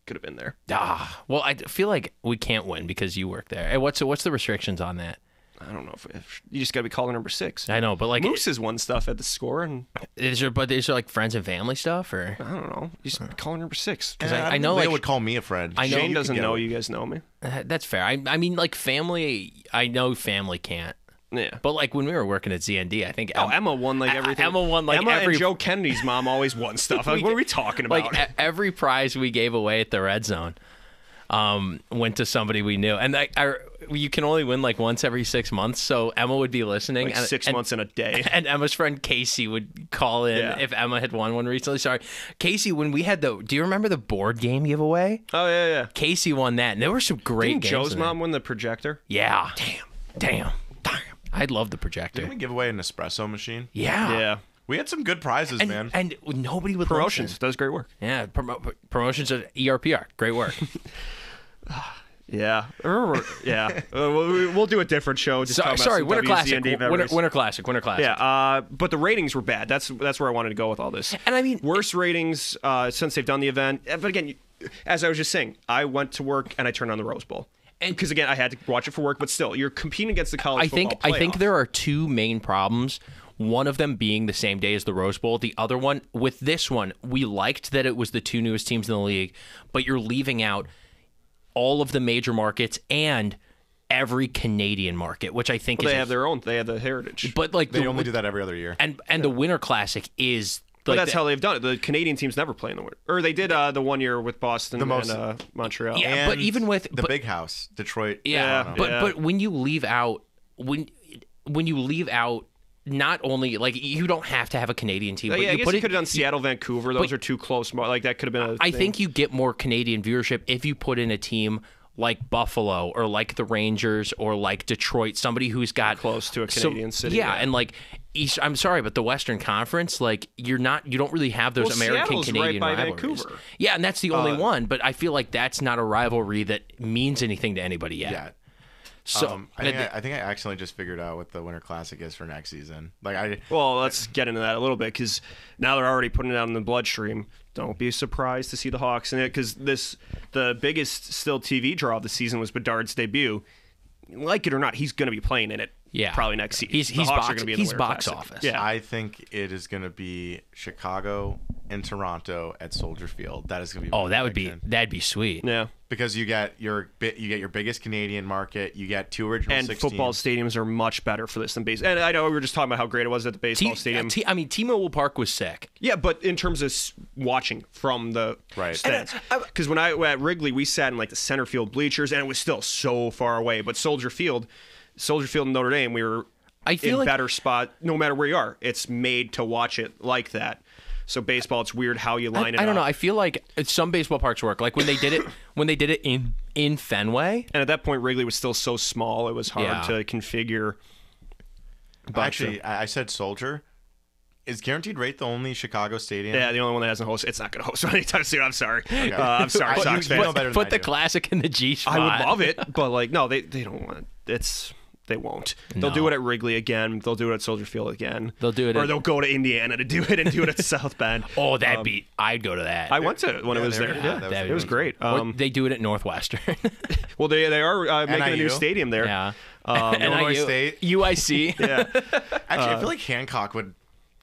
Speaker 2: could have been there.
Speaker 1: Ah, well, I feel like we can't win because you work there. Hey, what's what's the restrictions on that?
Speaker 2: I don't know if, if you just got to be calling number six.
Speaker 1: I know, but like,
Speaker 2: Moose has won stuff at the score, and
Speaker 1: is there but is there like friends and family stuff or?
Speaker 2: I don't know. You just call number six.
Speaker 1: I-
Speaker 3: Eh,
Speaker 1: I know,
Speaker 3: they
Speaker 1: like-
Speaker 3: would call me a friend.
Speaker 1: I know-
Speaker 2: Shane
Speaker 1: you
Speaker 2: doesn't
Speaker 3: can go.
Speaker 2: know you guys know me.
Speaker 1: Uh, That's fair. I, I mean, like family. I know family can't,
Speaker 2: Yeah.
Speaker 1: but like when we were working at ZND, I think
Speaker 2: Oh,
Speaker 1: Em-
Speaker 2: Emma won like
Speaker 1: I- I-
Speaker 2: everything.
Speaker 1: Emma won, like,
Speaker 2: Emma
Speaker 1: every-
Speaker 2: and Joe Kennedy's mom
Speaker 1: [LAUGHS]
Speaker 2: always won stuff. Like, what are we talking about?
Speaker 1: like e- every prize we gave away at the red zone, um, went to somebody we knew, and I, I you can only win like once every six months. So Emma would be listening,
Speaker 2: Like,
Speaker 1: and,
Speaker 2: six
Speaker 1: and-
Speaker 2: months in
Speaker 1: [LAUGHS]
Speaker 2: a day.
Speaker 1: And Emma's friend Casey would call in
Speaker 2: Yeah.
Speaker 1: if Emma had won one recently. Sorry, Casey. When we had the, do you remember the board game giveaway?
Speaker 2: Oh yeah, yeah.
Speaker 1: Casey won that, and there were some great
Speaker 2: Didn't
Speaker 1: games.
Speaker 2: Joe's
Speaker 1: in there.
Speaker 2: mom win the projector?
Speaker 1: Yeah. Damn. Damn. Damn. I'd love the projector.
Speaker 3: Didn't we give away an espresso machine?
Speaker 1: yeah.
Speaker 2: Yeah.
Speaker 3: We had some good prizes,
Speaker 1: And,
Speaker 3: man.
Speaker 1: and nobody would
Speaker 2: Promotions
Speaker 1: listen.
Speaker 2: does great work.
Speaker 1: Yeah, promo- promotions E at ERPR. Great
Speaker 2: [LAUGHS]
Speaker 1: work.
Speaker 2: Yeah. Or-
Speaker 1: [LAUGHS]
Speaker 2: yeah. Uh, we'll, we'll do a different show. Just
Speaker 1: sorry,
Speaker 2: talking about
Speaker 1: sorry
Speaker 2: some
Speaker 1: Winter Classic.
Speaker 2: WZND
Speaker 1: Winter,
Speaker 2: memories.
Speaker 1: Winter Classic. Winter Classic.
Speaker 2: Yeah, uh, but the ratings were bad. That's that's where I wanted to go with all this.
Speaker 1: And I mean-
Speaker 2: worst ratings uh, since they've done the event. Uh, But again, you- as I was just saying, I went to work and I turned on the Rose Bowl,
Speaker 1: And-
Speaker 2: because again, I had to watch it for work. But still, you're competing against the college.
Speaker 1: I think
Speaker 2: football
Speaker 1: I think
Speaker 2: playoff.
Speaker 1: there are two main problems. One of them being the same day as the Rose Bowl. The other one, with this one, we liked that it was the two newest teams in the league, but you're leaving out all of the major markets and every Canadian market, which I think is.
Speaker 2: they
Speaker 1: a-
Speaker 2: have their own. They have the heritage.
Speaker 1: but like
Speaker 3: they
Speaker 1: the,
Speaker 3: only do that every other year.
Speaker 1: and and the Winter Classic is.
Speaker 2: but
Speaker 1: like
Speaker 2: that's
Speaker 1: the-
Speaker 2: how they've done it. The Canadian teams never play in the winter, or they did uh, the one year with Boston
Speaker 3: most-
Speaker 2: and uh, Montreal.
Speaker 1: Yeah.
Speaker 3: And
Speaker 1: but even with-
Speaker 3: the
Speaker 1: but-
Speaker 3: big house, Detroit. Um,
Speaker 1: Yeah,
Speaker 2: Yeah,
Speaker 1: but
Speaker 2: yeah.
Speaker 1: but when you leave out when when you leave out not only like you don't have to have a Canadian team,
Speaker 2: Uh,
Speaker 1: but
Speaker 2: yeah, I
Speaker 1: you
Speaker 2: guess
Speaker 1: put
Speaker 2: you
Speaker 1: it.
Speaker 2: could have done Seattle, Vancouver. Those are too close. mar- Like that could have been. A
Speaker 1: I
Speaker 2: thing.
Speaker 1: think you get more Canadian viewership if you put in a team like Buffalo or like the Rangers or like Detroit, somebody who's got
Speaker 2: Close to a
Speaker 1: so-
Speaker 2: Canadian city,
Speaker 1: Yeah,
Speaker 2: yeah.
Speaker 1: and like East, I'm sorry, but the Western Conference, like you're not, you don't really have those
Speaker 2: Well,
Speaker 1: American
Speaker 2: Seattle's right
Speaker 1: Canadian
Speaker 2: by
Speaker 1: rivalries.
Speaker 2: Vancouver. Uh,
Speaker 1: Yeah, and that's the only one. But I feel like that's not a rivalry that means anything to anybody yet.
Speaker 3: Yeah.
Speaker 1: So
Speaker 3: Um, I, think I, I think I accidentally just figured out what the Winter Classic is for next season. Like I,
Speaker 2: Well, let's get into that a little bit because now they're already putting it out in the bloodstream. Don't be surprised to see the Hawks in it because this the biggest still TV draw of the season was Bedard's debut. Like it or not, he's going to be playing in it.
Speaker 1: Yeah.
Speaker 2: probably next season.
Speaker 1: He's-
Speaker 2: The
Speaker 1: he's
Speaker 2: Hawks are
Speaker 1: box-
Speaker 2: gonna be in the
Speaker 1: he's
Speaker 2: Winter
Speaker 1: box
Speaker 2: Classic.
Speaker 1: office.
Speaker 2: Yeah,
Speaker 3: I think it is going to be Chicago and Toronto at Soldier Field. That is going to be. my
Speaker 1: oh, that would be
Speaker 3: prediction.
Speaker 1: that'd be sweet.
Speaker 2: yeah.
Speaker 3: because you get your bit, you get your biggest Canadian market. You get two original
Speaker 2: And
Speaker 3: 16.
Speaker 2: football stadiums are much better for this than base. And I know we were just talking about how great it was at the baseball
Speaker 1: T-
Speaker 2: stadium.
Speaker 1: T- I mean, T-Mobile Park was sick.
Speaker 2: Yeah, but in terms of s- watching from the
Speaker 3: Right.
Speaker 2: stands, because when I at Wrigley, we sat in like the center field bleachers, and it was still so far away. But Soldier Field, Soldier Field in Notre Dame, we were
Speaker 1: I feel
Speaker 2: in
Speaker 1: like-
Speaker 2: better spot. No matter where you are, it's made to watch it like that. So baseball, it's weird how you line it.
Speaker 1: I don't know.
Speaker 2: up.
Speaker 1: I feel like some baseball parks work. Like when they did it, when they did it in in Fenway.
Speaker 2: And at that point, Wrigley was still so small; it was hard
Speaker 1: Yeah.
Speaker 2: to configure.
Speaker 3: Actually, I, I said Soldier. Is Guaranteed Rate the only Chicago stadium?
Speaker 2: Yeah, the only one that hasn't hosted, it's not going to host [LAUGHS] anytime soon. I'm sorry. Uh, I'm sorry,
Speaker 3: But you-
Speaker 2: Sox
Speaker 3: you
Speaker 2: fans.
Speaker 3: know better than
Speaker 1: Put
Speaker 3: I
Speaker 1: the
Speaker 3: do.
Speaker 1: classic in the G spot.
Speaker 2: I would love it, but like, no, they they don't want it. It's they won't. They'll do it at Wrigley again. They'll do it at Soldier Field again.
Speaker 1: They'll do it
Speaker 2: or
Speaker 1: at-
Speaker 2: they'll go to Indiana to do it and do
Speaker 1: [LAUGHS]
Speaker 2: it at South Bend.
Speaker 1: Oh, that'd be. I'd go to that.
Speaker 2: Um, I went to it when it
Speaker 3: Yeah,
Speaker 2: was
Speaker 3: they
Speaker 2: there.
Speaker 3: were- yeah,
Speaker 2: Yeah,
Speaker 3: that was
Speaker 2: it was
Speaker 3: amazing.
Speaker 2: great.
Speaker 1: Or
Speaker 2: Um,
Speaker 1: they do it at
Speaker 2: [LAUGHS]
Speaker 1: Northwestern.
Speaker 2: well, they they are uh, making a new
Speaker 3: NIU?
Speaker 2: stadium
Speaker 1: [LAUGHS]
Speaker 2: there.
Speaker 1: yeah. [LAUGHS]
Speaker 2: Um,
Speaker 3: Illinois
Speaker 1: NIU,
Speaker 3: State.
Speaker 1: UIC.
Speaker 2: [LAUGHS] yeah. uh,
Speaker 3: Actually, I feel like Hancock would.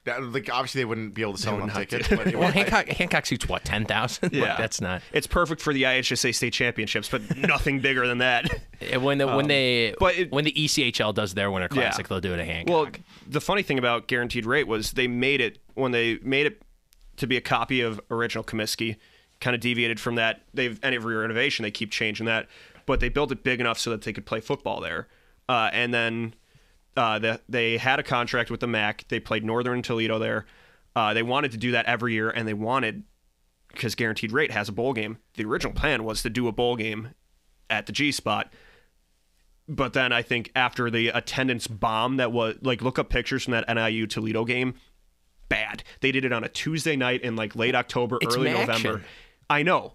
Speaker 3: That, like obviously they wouldn't be able to sell enough tickets.
Speaker 2: [LAUGHS]
Speaker 3: But it
Speaker 1: [LAUGHS] Well,
Speaker 3: would-
Speaker 1: Hancock Hancock suits what ten thousand. [LAUGHS]
Speaker 2: Yeah.
Speaker 1: that's not
Speaker 2: It's perfect for the IHSA state championships, but nothing bigger than that. [LAUGHS]
Speaker 1: eh, when the when they
Speaker 2: Um, but it-
Speaker 1: when the E ECHL does their Winter Classic, they'll do it at Hancock.
Speaker 2: Well, the funny thing about guaranteed rate was they made it when they made it to be a copy of original Comiskey. Kind of deviated from that. They've and every renovation they keep changing that, but they built it big enough so that they could play football there. Uh, and then uh, the, they had a contract with the MAC. They played Northern Toledo there. Uh, they wanted to do that every year, and they wanted because guaranteed rate has a bowl game. The original plan was to do a bowl game at the G spot. But then I think after the attendance bomb that was like look up pictures from that NIU Toledo game, bad. They did it on a Tuesday night in like late October,
Speaker 1: It's
Speaker 2: early
Speaker 1: Mac
Speaker 2: November.
Speaker 1: shit.
Speaker 2: I know.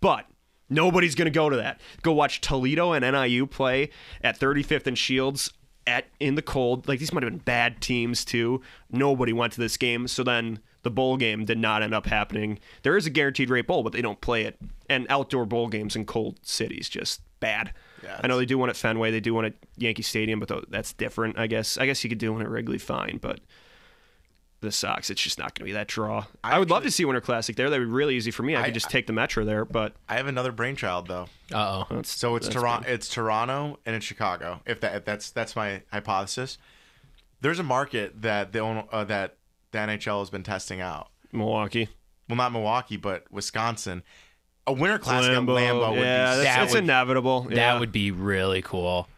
Speaker 2: But nobody's going to go to that. Go watch Toledo and NIU play at 35th and Shields at in the cold. Like these might have been bad teams too. Nobody went to this game, so then the bowl game did not end up happening. There is a guaranteed rate bowl, but they don't play it. And outdoor bowl games in cold cities just bad.
Speaker 3: Yeah,
Speaker 2: I know they do one at Fenway, they do one at Yankee Stadium, but tho- that's different, I guess. I guess you could do one at Wrigley, fine, but the Sox, it's just not going to be that draw. I, would love to see Winter Classic there. That would be really easy for me. I, could just take the Metro there, but
Speaker 3: I have another brainchild though.
Speaker 1: uh oh.
Speaker 3: So it's Toronto, it's Toronto, and it's Chicago. If that if that's that's my hypothesis. There's a market that the own- uh, that the NHL has been testing out.
Speaker 2: Milwaukee.
Speaker 3: Well, not Milwaukee, but Wisconsin. A Winter Classic at
Speaker 2: Lambeau.
Speaker 3: Lambeau would
Speaker 2: yeah,
Speaker 3: be
Speaker 2: that's,
Speaker 3: that
Speaker 2: it's
Speaker 3: would-
Speaker 2: inevitable.
Speaker 1: That would be really cool.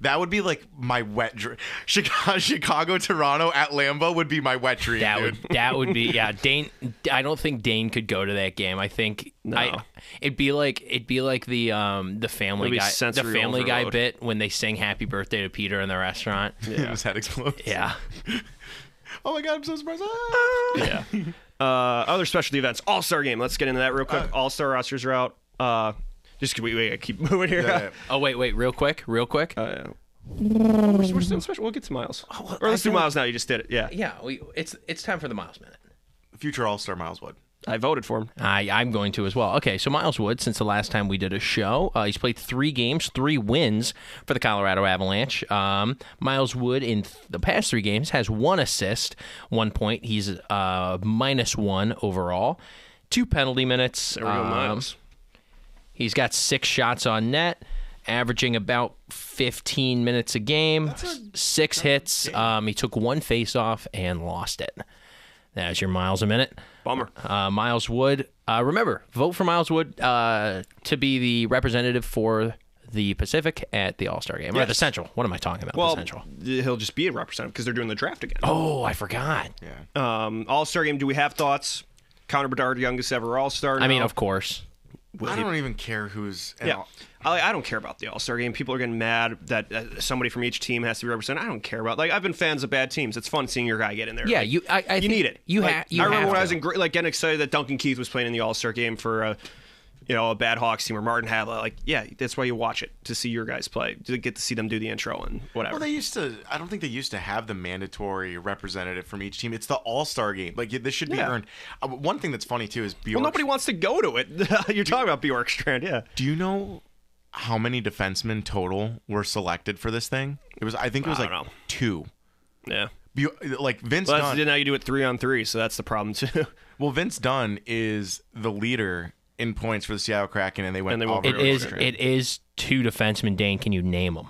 Speaker 3: That would be like my wet dream. Chicago, [LAUGHS] Chicago, Toronto at Lambeau would be my wet dream,
Speaker 1: That
Speaker 3: dude.
Speaker 2: [LAUGHS]
Speaker 1: would that would be yeah. Dane, I don't think Dane could go to that game. I think I, it'd be like it'd be like the um the Family
Speaker 2: It'd be
Speaker 1: Guy the
Speaker 2: sensory
Speaker 1: Family Guy
Speaker 2: overload.
Speaker 1: bit when they sing Happy Birthday to Peter in the restaurant.
Speaker 3: [LAUGHS] His head explodes.
Speaker 1: Yeah,
Speaker 3: Oh my god, I'm so surprised. Ah!
Speaker 2: Yeah. uh, other specialty events. All Star game. Let's get into that real quick.
Speaker 3: Uh.
Speaker 2: All Star rosters are out. Uh, just 'cause we, we gotta keep [LAUGHS] moving here.
Speaker 3: [LAUGHS] Yeah.
Speaker 1: Oh wait, wait, real quick, real quick.
Speaker 2: Uh, we're, we're still special. We'll get to Miles. or let's
Speaker 1: Oh, I
Speaker 2: do
Speaker 1: feel like-
Speaker 2: Miles now. You just did it. Yeah.
Speaker 1: yeah, we, it's it's time for the Miles minute.
Speaker 3: Future All Star Miles Wood.
Speaker 2: I voted for him.
Speaker 1: I, I'm going to as well. Okay, so Miles Wood, since the last time we did a show, uh, he's played three games, three wins for the Colorado Avalanche. Um, Miles Wood, in th- the past three games, has one assist, one point. He's uh, minus one overall, two penalty minutes.
Speaker 2: There we go,
Speaker 1: Um,
Speaker 2: Miles.
Speaker 1: He's got six shots on net, averaging about 15 minutes a game, s- six hits. Um, he took one face off and lost it. That's your Miles a minute.
Speaker 2: Bummer.
Speaker 1: Uh, Miles Wood. Uh, remember, vote for Miles Wood uh, to be the representative for the Pacific at the All Star game or the Central. What am I talking about?
Speaker 2: Well,
Speaker 1: the Central.
Speaker 2: he'll just be a representative because they're doing the draft again.
Speaker 1: Oh, I forgot.
Speaker 3: Yeah.
Speaker 2: Um, All Star game. Do we have thoughts? Connor Bedard, youngest ever All Star.
Speaker 1: I mean, of course.
Speaker 3: I don't even care who's. an
Speaker 2: Yeah,
Speaker 3: all-
Speaker 2: I, I don't care about the All Star game. People are getting mad that uh, somebody from each team has to be represented. I don't care about. Like I've been fans of bad teams. It's fun seeing your guy get in there.
Speaker 1: Yeah,
Speaker 2: Like,
Speaker 1: you. I, I
Speaker 2: you
Speaker 1: think
Speaker 2: need it.
Speaker 1: You,
Speaker 2: Like,
Speaker 1: ha- you
Speaker 2: I remember
Speaker 1: have
Speaker 2: when I
Speaker 1: to.
Speaker 2: was in gr- like getting excited that Duncan Keith was playing in the All Star game for. Uh, you know, a bad Hawks team or Martin Havla, like, yeah, that's why you watch it to see your guys play, to get to see them do the intro and whatever.
Speaker 3: Well, they used to. I don't think they used to have the mandatory representative from each team. It's the All Star game. Like this should be
Speaker 2: Yeah.
Speaker 3: earned. Uh, one thing that's funny too is Bjork.
Speaker 2: well, nobody wants to go to it. [LAUGHS] You're talking about Bjorkstrand, yeah.
Speaker 3: Do you know how many defensemen total were selected for this thing? It was. I think it was
Speaker 2: I
Speaker 3: like
Speaker 2: don't know.
Speaker 3: two.
Speaker 2: Yeah.
Speaker 3: Bjor- like Vince
Speaker 2: Well,
Speaker 3: Dunn.
Speaker 2: that's, now you do it three on three, so that's the problem, too. [LAUGHS]
Speaker 3: well, Vince Dunn is the leader in points for the Seattle Kraken, and they went.
Speaker 2: And they
Speaker 3: all
Speaker 2: went
Speaker 1: It
Speaker 3: over
Speaker 2: Bjorkstrand.
Speaker 1: is.
Speaker 3: Bjorkstrand.
Speaker 1: It is two defensemen. Dane, can you name them?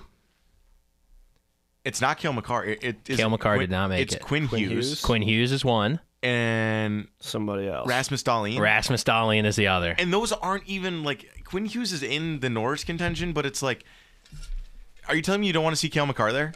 Speaker 3: It's not Kale McCarr. It, it is
Speaker 1: Kale McCarr
Speaker 3: Quin-
Speaker 1: did not make
Speaker 3: it's
Speaker 1: it.
Speaker 3: Quinn, Hughes,
Speaker 2: Hughes?
Speaker 1: Quinn Hughes is one.
Speaker 3: and
Speaker 2: Somebody else.
Speaker 3: Rasmus Dahlin.
Speaker 1: Rasmus Dahlin is the other.
Speaker 3: and those aren't even like Quinn Hughes is in the Norris contention, but it's like, are you telling me you don't want to see Kale McCarr there?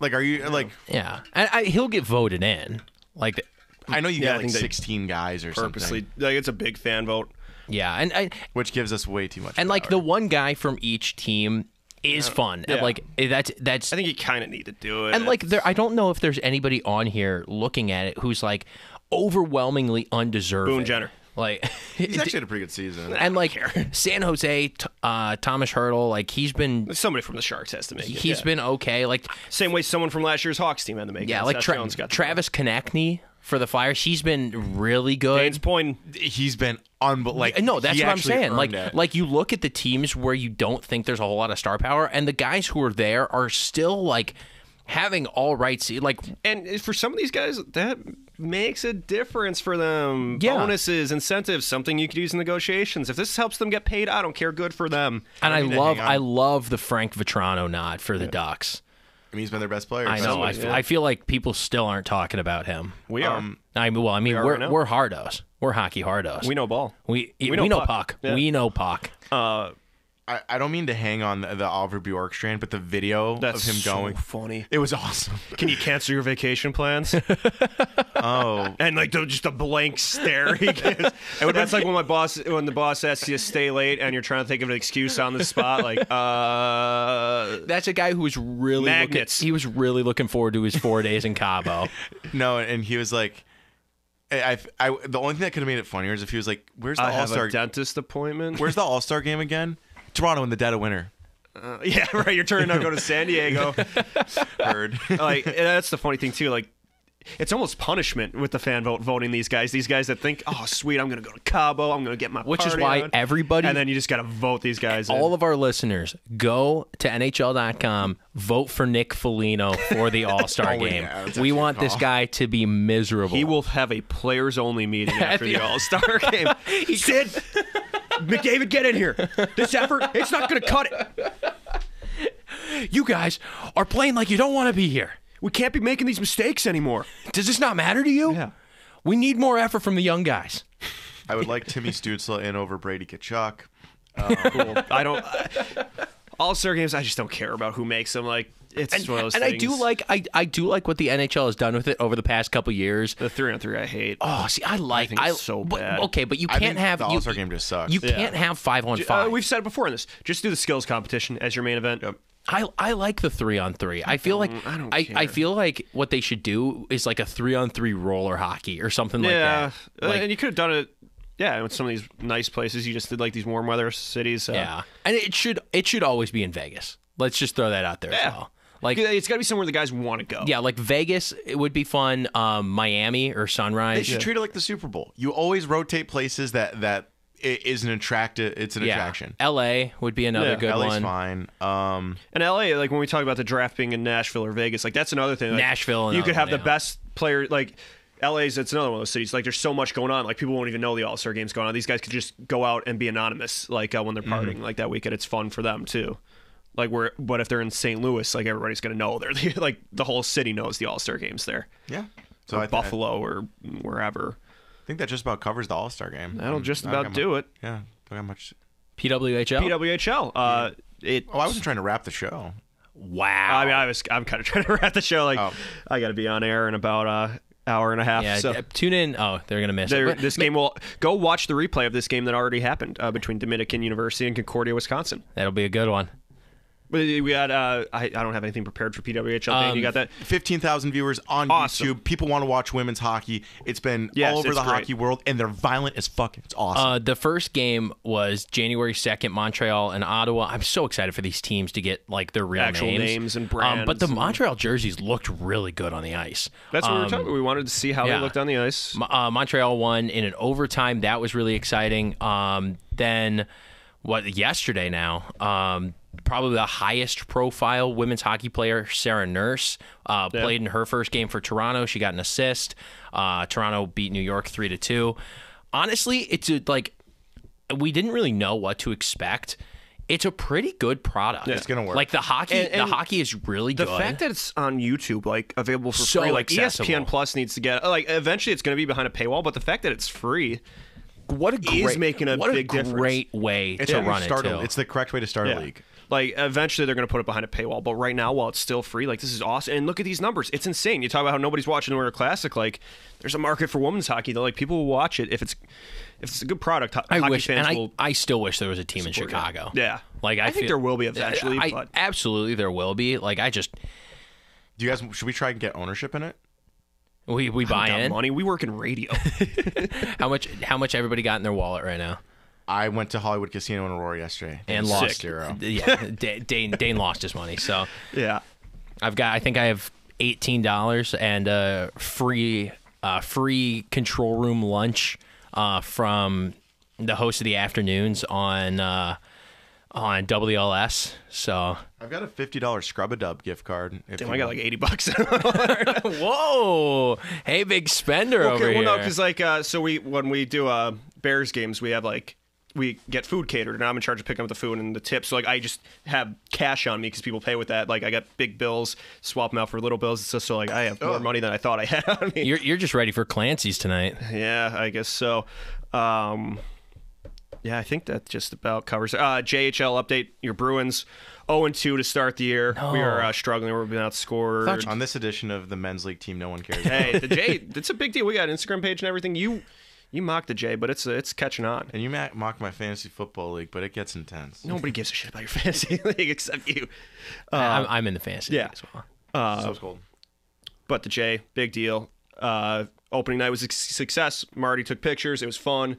Speaker 3: Like, are you like?
Speaker 1: Yeah, and I, he'll get voted in. Like,
Speaker 3: I know you
Speaker 2: Yeah, I
Speaker 3: got like
Speaker 2: think they
Speaker 3: sixteen guys or
Speaker 2: purposely,
Speaker 3: something,
Speaker 2: like, it's a big fan vote.
Speaker 1: yeah, and I,
Speaker 3: which gives us way too much.
Speaker 1: and like the one guy from each team is fun. And
Speaker 2: Yeah.
Speaker 1: Like that's that's
Speaker 2: I think you kind of need to do it.
Speaker 1: and like there I don't know if there's anybody on here looking at it who's like overwhelmingly undeserving.
Speaker 2: Boone Jenner.
Speaker 1: Like [LAUGHS]
Speaker 3: he's actually had a pretty good season.
Speaker 1: and like San Jose t- uh Thomas Hurdle like he's been
Speaker 2: somebody from the Sharks has to make it.
Speaker 1: he's
Speaker 2: yeah.
Speaker 1: been okay. Like
Speaker 2: same way someone from last year's Hawks team had to make it.
Speaker 1: yeah, like
Speaker 2: Seth
Speaker 1: Tra-
Speaker 2: Jones got
Speaker 1: Travis Konechny for the Flyers, he's been really good.
Speaker 2: Dane's point.
Speaker 3: He's been unbel Like,
Speaker 1: no, that's
Speaker 3: he
Speaker 1: what I'm
Speaker 3: actually
Speaker 1: saying.
Speaker 3: earned
Speaker 1: Like,
Speaker 3: it.
Speaker 1: like you look at the teams where you don't think there's a whole lot of star power, and the guys who are there are still like having all right. se- Like,
Speaker 2: And for some of these guys, that makes a difference for them.
Speaker 1: Yeah.
Speaker 2: Bonuses, incentives, something you could use in negotiations. If this helps them get paid, I don't care. Good for them.
Speaker 1: and I,
Speaker 3: need to
Speaker 1: love,
Speaker 3: hang on.
Speaker 1: I love the Frank Vitrano nod for the Ducks.
Speaker 3: I mean, he's been their best player.
Speaker 1: I know. I,
Speaker 2: Somebody,
Speaker 1: f-
Speaker 2: yeah.
Speaker 1: I feel like people still aren't talking about him.
Speaker 2: We are.
Speaker 3: um,
Speaker 1: I mean, well, I mean,
Speaker 2: are
Speaker 1: we are
Speaker 2: right now.
Speaker 1: we're hardos. We're hockey hardos.
Speaker 2: we know ball.
Speaker 1: We, we,
Speaker 2: know
Speaker 1: know,
Speaker 2: puck.
Speaker 1: puck.
Speaker 2: Yeah.
Speaker 1: We know puck.
Speaker 3: I, I don't mean to hang on the, the Oliver Bjorkstrand, but the video
Speaker 2: That's
Speaker 3: of him
Speaker 2: so
Speaker 3: going,
Speaker 2: funny.
Speaker 3: it was awesome.
Speaker 2: Can you cancel your vacation plans? oh, and like the, just a blank stare
Speaker 3: [LAUGHS]
Speaker 2: he gives. That's like when my boss, when the boss asks you to stay late, and you're trying to think of an excuse on the spot, like uh,
Speaker 1: That's a guy who was really
Speaker 2: Magnets.
Speaker 1: Looking, he was really looking forward to his four days in Cabo.
Speaker 3: [LAUGHS] No, and he was like, I, I, I- the only thing that could have made it funnier is if he was like, "Where's the
Speaker 2: I
Speaker 3: All
Speaker 2: have a
Speaker 3: Star?
Speaker 2: dentist
Speaker 3: [LAUGHS]
Speaker 2: appointment.
Speaker 3: Where's the All Star game again? Toronto in the dead of
Speaker 2: [LAUGHS]
Speaker 3: winter."
Speaker 2: Uh, yeah, right. You're turning up, go to San
Speaker 1: [LAUGHS]
Speaker 2: Diego.
Speaker 3: Heard. [LAUGHS]
Speaker 2: Like and that's the funny thing too. Like it's almost punishment with the fan vote voting these guys. These guys that think, oh sweet, I'm gonna go to Cabo. I'm gonna get my
Speaker 1: Which is
Speaker 2: party
Speaker 1: why
Speaker 2: on."
Speaker 1: everybody-
Speaker 2: and then you just gotta vote these guys.
Speaker 1: [LAUGHS]
Speaker 2: in.
Speaker 1: all of our listeners, go to NHL.com, vote for Nick Foligno for the All
Speaker 2: [LAUGHS] Oh,
Speaker 1: Star
Speaker 3: yeah,
Speaker 1: game.
Speaker 3: that's actually
Speaker 1: we
Speaker 3: a
Speaker 1: want this
Speaker 3: call.
Speaker 1: guy to be miserable.
Speaker 2: He will have a players
Speaker 1: [LAUGHS]
Speaker 2: only meeting after the All Star game. He said, McDavid, get in here. This effort, it's not going to cut it.
Speaker 1: You guys are playing like you don't want to be here.
Speaker 2: We can't be making these mistakes anymore.
Speaker 1: Does this not matter to you?
Speaker 2: Yeah.
Speaker 1: We need more effort from the young guys.
Speaker 3: I would like Timmy Stutzla in over Brady Kachuk.
Speaker 2: Cool. I don't. All star games, I just don't care about who makes them. Like it's
Speaker 1: And,
Speaker 2: one of those
Speaker 1: and I do
Speaker 2: things.
Speaker 1: like I, I do like what the NHL has done with it over the past couple years.
Speaker 2: the three on three. I hate.
Speaker 1: Oh, see, I like
Speaker 2: think
Speaker 1: I,
Speaker 2: it's so
Speaker 1: but-
Speaker 2: bad.
Speaker 1: okay, but you
Speaker 3: I
Speaker 1: can't
Speaker 3: think
Speaker 1: have
Speaker 3: the
Speaker 1: you-
Speaker 3: All-Star game just sucks.
Speaker 1: You
Speaker 3: Yeah.
Speaker 1: can't have five on
Speaker 2: Uh,
Speaker 1: five.
Speaker 2: we've said it before in this. Just do the skills competition as your main event.
Speaker 1: I I like the three on three. I feel like
Speaker 2: I don't
Speaker 1: I, I
Speaker 2: care.
Speaker 1: feel like what they should do is like a three on three roller hockey or something
Speaker 2: Yeah,
Speaker 1: like that.
Speaker 2: Uh,
Speaker 1: Like,
Speaker 2: and you could have done it. Yeah, with some of these nice places, you just did like these warm weather cities. So.
Speaker 1: yeah, and it should it should always be in Vegas. Let's just throw that out there. As
Speaker 2: Yeah.
Speaker 1: well. Like
Speaker 2: Yeah, it's got to be somewhere the guys want to go.
Speaker 1: yeah, like Vegas it would be fun. Um, Miami or
Speaker 3: They
Speaker 1: Sunrise.
Speaker 3: should treat it like the Super Bowl. You always rotate places that that i- is an attractive. It's an
Speaker 1: yeah,
Speaker 3: attraction.
Speaker 1: L.A. would be another
Speaker 2: Yeah,
Speaker 1: good
Speaker 3: LA's
Speaker 1: one.
Speaker 3: fine. Um,
Speaker 2: And LA, like when we talk about the draft being in Nashville or Vegas, like that's another thing. Like,
Speaker 1: Nashville,
Speaker 2: you
Speaker 1: another
Speaker 2: could have
Speaker 1: one,
Speaker 2: the
Speaker 1: yeah.
Speaker 2: best player. Like LA's, it's another one of those cities. Like there's so much going on. Like people won't even know the All Star games going on. These guys could just go out and be anonymous. Like uh, when they're partying, like that weekend, it's fun for them too. Like where, but if they're in St. Louis, like everybody's gonna know. They're like the [LAUGHS] whole city knows the All Star games there.
Speaker 3: yeah. So
Speaker 2: So
Speaker 3: I, th-
Speaker 2: Buffalo or wherever.
Speaker 3: I think that just about covers the All Star game.
Speaker 2: That'll
Speaker 3: Um,
Speaker 2: just
Speaker 3: I don't
Speaker 2: about
Speaker 3: got mu-
Speaker 2: do it.
Speaker 3: Yeah. Don't got much.
Speaker 1: PWHL.
Speaker 2: PWHL. Uh, it.
Speaker 3: Oh, I wasn't trying to wrap the show.
Speaker 1: wow.
Speaker 2: I mean, I was. I'm kind of [LAUGHS] trying to wrap the show. Like,
Speaker 3: Oh.
Speaker 2: I got to be on air in about a hour and a half.
Speaker 1: yeah,
Speaker 2: so.
Speaker 1: d- tune in. Oh, they're gonna miss it.
Speaker 2: There,
Speaker 1: But-
Speaker 2: this game will go watch the replay of this game that already happened uh, between Dominican University and Concordia, Wisconsin.
Speaker 1: That'll be a good one.
Speaker 2: We we had uh, I, I don't have anything prepared for PWHL. Dan,
Speaker 1: Um,
Speaker 2: you got that?
Speaker 3: Fifteen thousand viewers on
Speaker 2: Awesome.
Speaker 3: YouTube. People want to watch women's hockey. It's been
Speaker 2: Yes,
Speaker 3: all over
Speaker 2: it's
Speaker 3: the
Speaker 2: great.
Speaker 3: hockey world, and they're violent as fuck. It's awesome.
Speaker 1: Uh, the first game was January second, Montreal and Ottawa. I'm so excited for these teams to get like their real
Speaker 2: Actual
Speaker 1: names.
Speaker 2: names
Speaker 1: Um,
Speaker 2: and
Speaker 1: but
Speaker 2: brands
Speaker 1: the
Speaker 2: and-
Speaker 1: Montreal jerseys looked really good on the ice.
Speaker 2: That's what we were talking. about. We wanted to see how
Speaker 1: um, yeah.
Speaker 2: they looked on the ice.
Speaker 1: M- uh, Montreal won in an overtime. That was really exciting. Um, then, what yesterday now? Um, probably the highest profile women's hockey player, Sarah Nurse, uh, played in her first game for Toronto. She got an assist. Uh, Toronto beat New York three to two. Honestly, it's a, like we didn't really know what to expect. It's a pretty good product.
Speaker 3: It's gonna work.
Speaker 1: Like the hockey,
Speaker 2: And- and
Speaker 1: the hockey is really
Speaker 2: The
Speaker 1: good.
Speaker 2: fact that it's on YouTube, like available for
Speaker 1: So
Speaker 2: free, like E
Speaker 1: accessible.
Speaker 2: ESPN Plus needs to get like eventually it's going to be behind a paywall. But the fact that it's free,
Speaker 1: what a
Speaker 2: is making a
Speaker 1: what
Speaker 2: big
Speaker 1: a
Speaker 2: difference.
Speaker 1: great way
Speaker 3: it's
Speaker 1: to
Speaker 3: how you
Speaker 1: run
Speaker 3: start
Speaker 1: it.
Speaker 3: a-
Speaker 1: too.
Speaker 3: It's the correct way to start a league.
Speaker 2: Like eventually they're going to put it behind a paywall, but right now while it's still free, like this is awesome. And look at these numbers; it's insane. You talk about how nobody's watching the Winter Classic. Like, there's a market for women's hockey. Though, like people will watch it if it's if it's a good product. ho-
Speaker 1: I
Speaker 2: hockey
Speaker 1: wish,
Speaker 2: fans
Speaker 1: and I,
Speaker 2: will.
Speaker 1: I still wish there was a team in
Speaker 2: support it.
Speaker 1: Chicago.
Speaker 2: Yeah.
Speaker 1: like I,
Speaker 2: I think
Speaker 1: feel-
Speaker 2: there will be eventually,
Speaker 1: I,
Speaker 2: but-
Speaker 1: Absolutely, there will be. Like I just
Speaker 3: Do you guys? Should we try and get ownership in it?
Speaker 1: we we buy
Speaker 2: got
Speaker 1: in.
Speaker 2: money. We work in
Speaker 1: [LAUGHS]
Speaker 2: radio.
Speaker 1: How much? How much everybody got in their wallet right now?
Speaker 3: I went to Hollywood Casino in Aurora yesterday
Speaker 1: And
Speaker 3: Sick.
Speaker 1: lost
Speaker 3: zero.
Speaker 1: Yeah, [LAUGHS] D- Dane Dane lost his money. So
Speaker 2: yeah,
Speaker 1: I've got. I think I have eighteen dollars and a free uh, free control room lunch uh, from the host of the afternoons on uh, on WLS.
Speaker 2: [LAUGHS]
Speaker 1: So
Speaker 3: I've got a fifty dollars scrub a dub gift card. If
Speaker 2: damn,
Speaker 3: you
Speaker 2: I got like eighty bucks. [LAUGHS]
Speaker 1: whoa, hey big spender over
Speaker 2: Okay,
Speaker 1: here.
Speaker 2: well, no, because like, uh, so we when we do uh, Bears games, we have like we get food catered, and I'm in charge of picking up the food and the tips. So like, I just have cash on me because people pay with that. Like, I got big bills, swap them out for little bills. So, so like, I have more money than I thought I had on me.
Speaker 1: You're, you're just ready for Clancy's tonight.
Speaker 2: Yeah, I guess so. Um, yeah, I think that just about covers. it. Uh, JHL update: Your Bruins, 0 and 2 to start the year. We are uh, struggling. We're being outscored.
Speaker 3: want- on this edition of the men's league team, no one cares.
Speaker 2: hey, the J, it's a big deal. We got an Instagram page and everything. You you mock the J, but it's uh, it's catching on.
Speaker 3: And you ma- mock my fantasy football league, but it gets intense.
Speaker 2: Nobody gives a shit about your [LAUGHS] fantasy league except you.
Speaker 1: I'm, I'm in the fantasy
Speaker 2: yeah.
Speaker 1: league as well.
Speaker 2: Uh,
Speaker 3: so it's cold.
Speaker 2: But the J, big deal. Uh, opening night was a success. Marty took pictures. It was fun.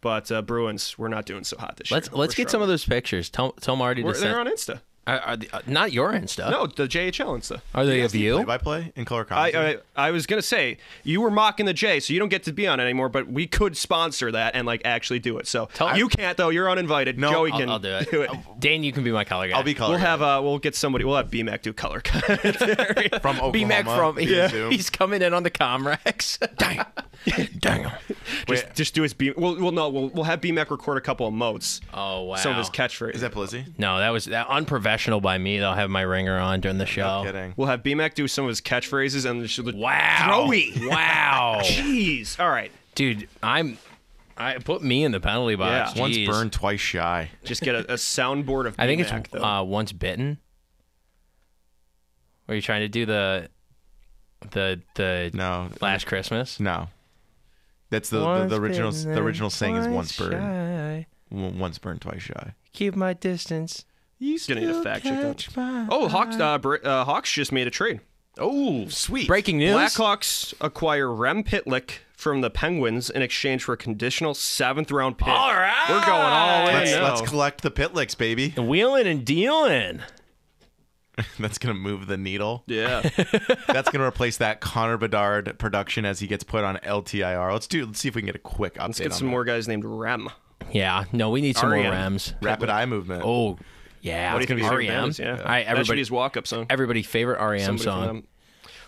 Speaker 2: But uh, Bruins, we're not doing so hot this
Speaker 1: Let's
Speaker 2: year.
Speaker 1: let's get some of those pictures. Tell tell Marty to
Speaker 2: We're, they're
Speaker 1: send.
Speaker 2: on Insta.
Speaker 1: Are, are the, uh, not your Insta.
Speaker 2: No, the JHL Insta.
Speaker 1: Are they of
Speaker 3: Play
Speaker 1: you?
Speaker 3: by play in color
Speaker 2: I, uh,
Speaker 3: commentary.
Speaker 2: I I was gonna say you were mocking the J, so you don't get to be on it anymore. But we could sponsor that and like actually do it. So
Speaker 1: Tell-
Speaker 2: you can't though. You're uninvited. No, Joey
Speaker 1: I'll,
Speaker 2: can
Speaker 1: I'll do
Speaker 2: [LAUGHS]
Speaker 1: it. Dane, you can be my color guy.
Speaker 3: I'll be color.
Speaker 2: We'll have uh, we'll get somebody. We'll have BMAC do color [LAUGHS] commentary.
Speaker 3: from
Speaker 1: B
Speaker 3: Oklahoma.
Speaker 1: Mac from
Speaker 3: yeah.
Speaker 2: [LAUGHS]
Speaker 1: he's coming in on the Comrex. [LAUGHS] Dang, dang.
Speaker 2: just, just do his B. We'll, we'll no. We'll, we'll have BMAC record a couple of motes.
Speaker 1: Oh wow.
Speaker 2: Some of his catchphrase.
Speaker 3: Is that Blizzy?
Speaker 1: no, that was that unprofessional by me. They'll have my ringer on during the show.
Speaker 3: Kidding.
Speaker 2: we'll have BMAC do some of his catchphrases and just
Speaker 1: Wow.
Speaker 2: [LAUGHS] Throwy.
Speaker 1: Wow.
Speaker 2: Jeez. All right.
Speaker 1: Dude, I'm I put me in the penalty box.
Speaker 2: Yeah.
Speaker 3: Once
Speaker 1: Jeez.
Speaker 3: burned, twice shy.
Speaker 2: Just get a, a soundboard of.
Speaker 1: I think it's
Speaker 2: BMAC, though.
Speaker 1: uh, once bitten. Were you trying to do the, the the
Speaker 3: No,
Speaker 1: last Christmas?
Speaker 3: no. That's the the, the original the original saying is once burned, w- once burned, twice shy.
Speaker 1: Keep my distance.
Speaker 3: You
Speaker 2: Gonna need to fact check that.
Speaker 3: my
Speaker 2: Oh, Hawks, uh, Br- uh, Hawks just made a trade. Oh, sweet.
Speaker 1: Breaking news?
Speaker 2: Blackhawks acquire Rem Pitlick from the Penguins in exchange for a conditional seventh round pick. All right. We're going all in.
Speaker 3: Let's,
Speaker 2: now.
Speaker 3: let's collect the pitlicks,
Speaker 1: [LAUGHS]
Speaker 3: baby.
Speaker 1: Wheeling and dealing.
Speaker 3: That's gonna move the needle.
Speaker 1: [LAUGHS]
Speaker 2: yeah.
Speaker 3: That's gonna replace that Connor Bedard production as he gets put on LTIR. Let's do. Let's see if we can get a quick update.
Speaker 2: Let's get
Speaker 3: on
Speaker 2: some
Speaker 3: that.
Speaker 2: more guys named Rem.
Speaker 1: Yeah. No, we need some more
Speaker 2: REM.
Speaker 1: REMs.
Speaker 3: rapid eye movement.
Speaker 1: Oh, yeah.
Speaker 2: E What do you think his favorite band
Speaker 1: REM?
Speaker 2: is? Yeah.
Speaker 1: E All right,
Speaker 2: that should be
Speaker 1: everybody,
Speaker 2: his walk up song.
Speaker 1: everybody favorite REM
Speaker 2: Somebody from
Speaker 1: song.
Speaker 2: them.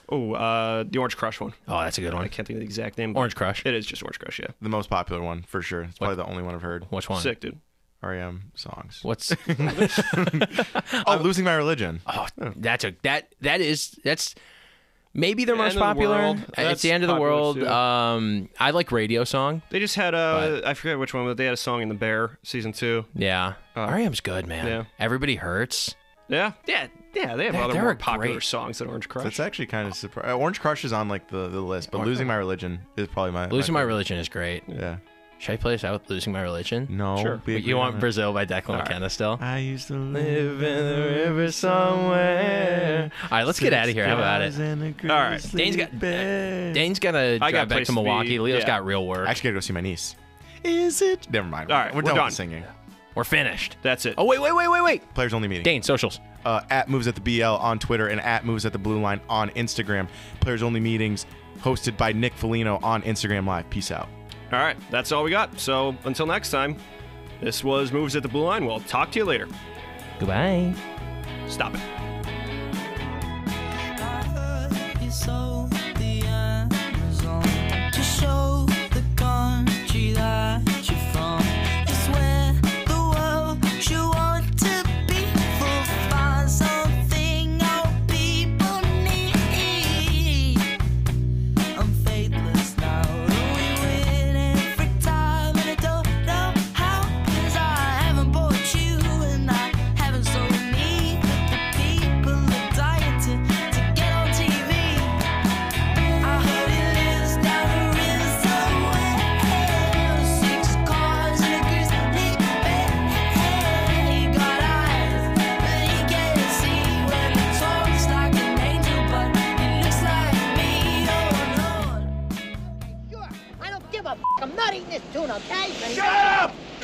Speaker 2: Oh, uh, the Orange Crush one.
Speaker 1: Oh, that's a good
Speaker 2: I
Speaker 1: one.
Speaker 2: can't think of the exact name. but
Speaker 1: Orange Crush.
Speaker 2: It is just Orange Crush, yeah.
Speaker 3: The most popular one for sure. It's probably the only one I've heard.
Speaker 1: Which one?
Speaker 2: Sick, dude.
Speaker 3: REM songs.
Speaker 2: [LAUGHS]
Speaker 1: What's
Speaker 3: Oh, losing my religion.
Speaker 1: Oh, that's a that that is that's maybe their
Speaker 2: End
Speaker 1: most
Speaker 2: of the
Speaker 1: popular.
Speaker 2: World.
Speaker 1: It's
Speaker 2: That's
Speaker 1: the end of the
Speaker 2: popular,
Speaker 1: world.
Speaker 2: too.
Speaker 1: Um, I like radio song.
Speaker 2: They just had uh, I forget which one, but they had a song in the Bear season two.
Speaker 1: Yeah, REM's good, man.
Speaker 2: yeah.
Speaker 1: Everybody hurts.
Speaker 2: Yeah, yeah, yeah. They have other
Speaker 1: they're
Speaker 2: more
Speaker 1: a
Speaker 2: popular
Speaker 1: great-
Speaker 2: songs than Orange Crush.
Speaker 3: That's actually kind of surprising. Orange Crush is on like the, the list, but losing my religion is probably my
Speaker 1: Losing my religion is great.
Speaker 3: yeah.
Speaker 1: Should I play this out? with Losing my religion.
Speaker 3: No,
Speaker 2: Sure.
Speaker 3: we agree
Speaker 1: you want
Speaker 3: on that.
Speaker 1: Brazil by Declan McKenna still?
Speaker 3: I used to live in the
Speaker 1: river somewhere. All right, let's get out of here. How about it?
Speaker 3: All
Speaker 2: right.
Speaker 1: Dane's got- uh, Dane's got to
Speaker 2: I
Speaker 1: drive
Speaker 2: got
Speaker 1: back
Speaker 2: place
Speaker 1: to
Speaker 2: to be-
Speaker 1: Milwaukee. Leo's
Speaker 2: yeah.
Speaker 1: got real work.
Speaker 3: I actually gotta go see my niece. Is it? Never mind.
Speaker 2: All right,
Speaker 3: we're,
Speaker 2: we're
Speaker 3: done,
Speaker 2: done.
Speaker 3: with singing.
Speaker 1: We're finished.
Speaker 2: That's it.
Speaker 1: Oh wait, wait, wait, wait, wait.
Speaker 3: Players only meeting.
Speaker 1: Dane, socials.
Speaker 3: uh, at moves at the BL on Twitter and at moves at the blue line on Instagram. Players only meetings hosted by Nick Felino on Instagram Live. Peace out.
Speaker 2: All right, that's all we got. So until next time, this was Moves at the Blue Line. We'll talk to you later.
Speaker 1: Goodbye.
Speaker 2: Stop it.
Speaker 4: You sold the Amazon to show the country that you're from. It's where the world you want to be. Will find something all people need. I'm faithless now. We win every time, and I don't know how. 'Cause I haven't bought you, and I haven't sold me. But the people are dying to to get on TV. I heard it lives down the river somewhere. Six cars and a grizzly bear. He got eyes, but he can't see. When he talks like an angel, but he looks like me. Oh Lord.
Speaker 5: Sure. I don't give a f- I'm not eating this tuna, okay? Shut up!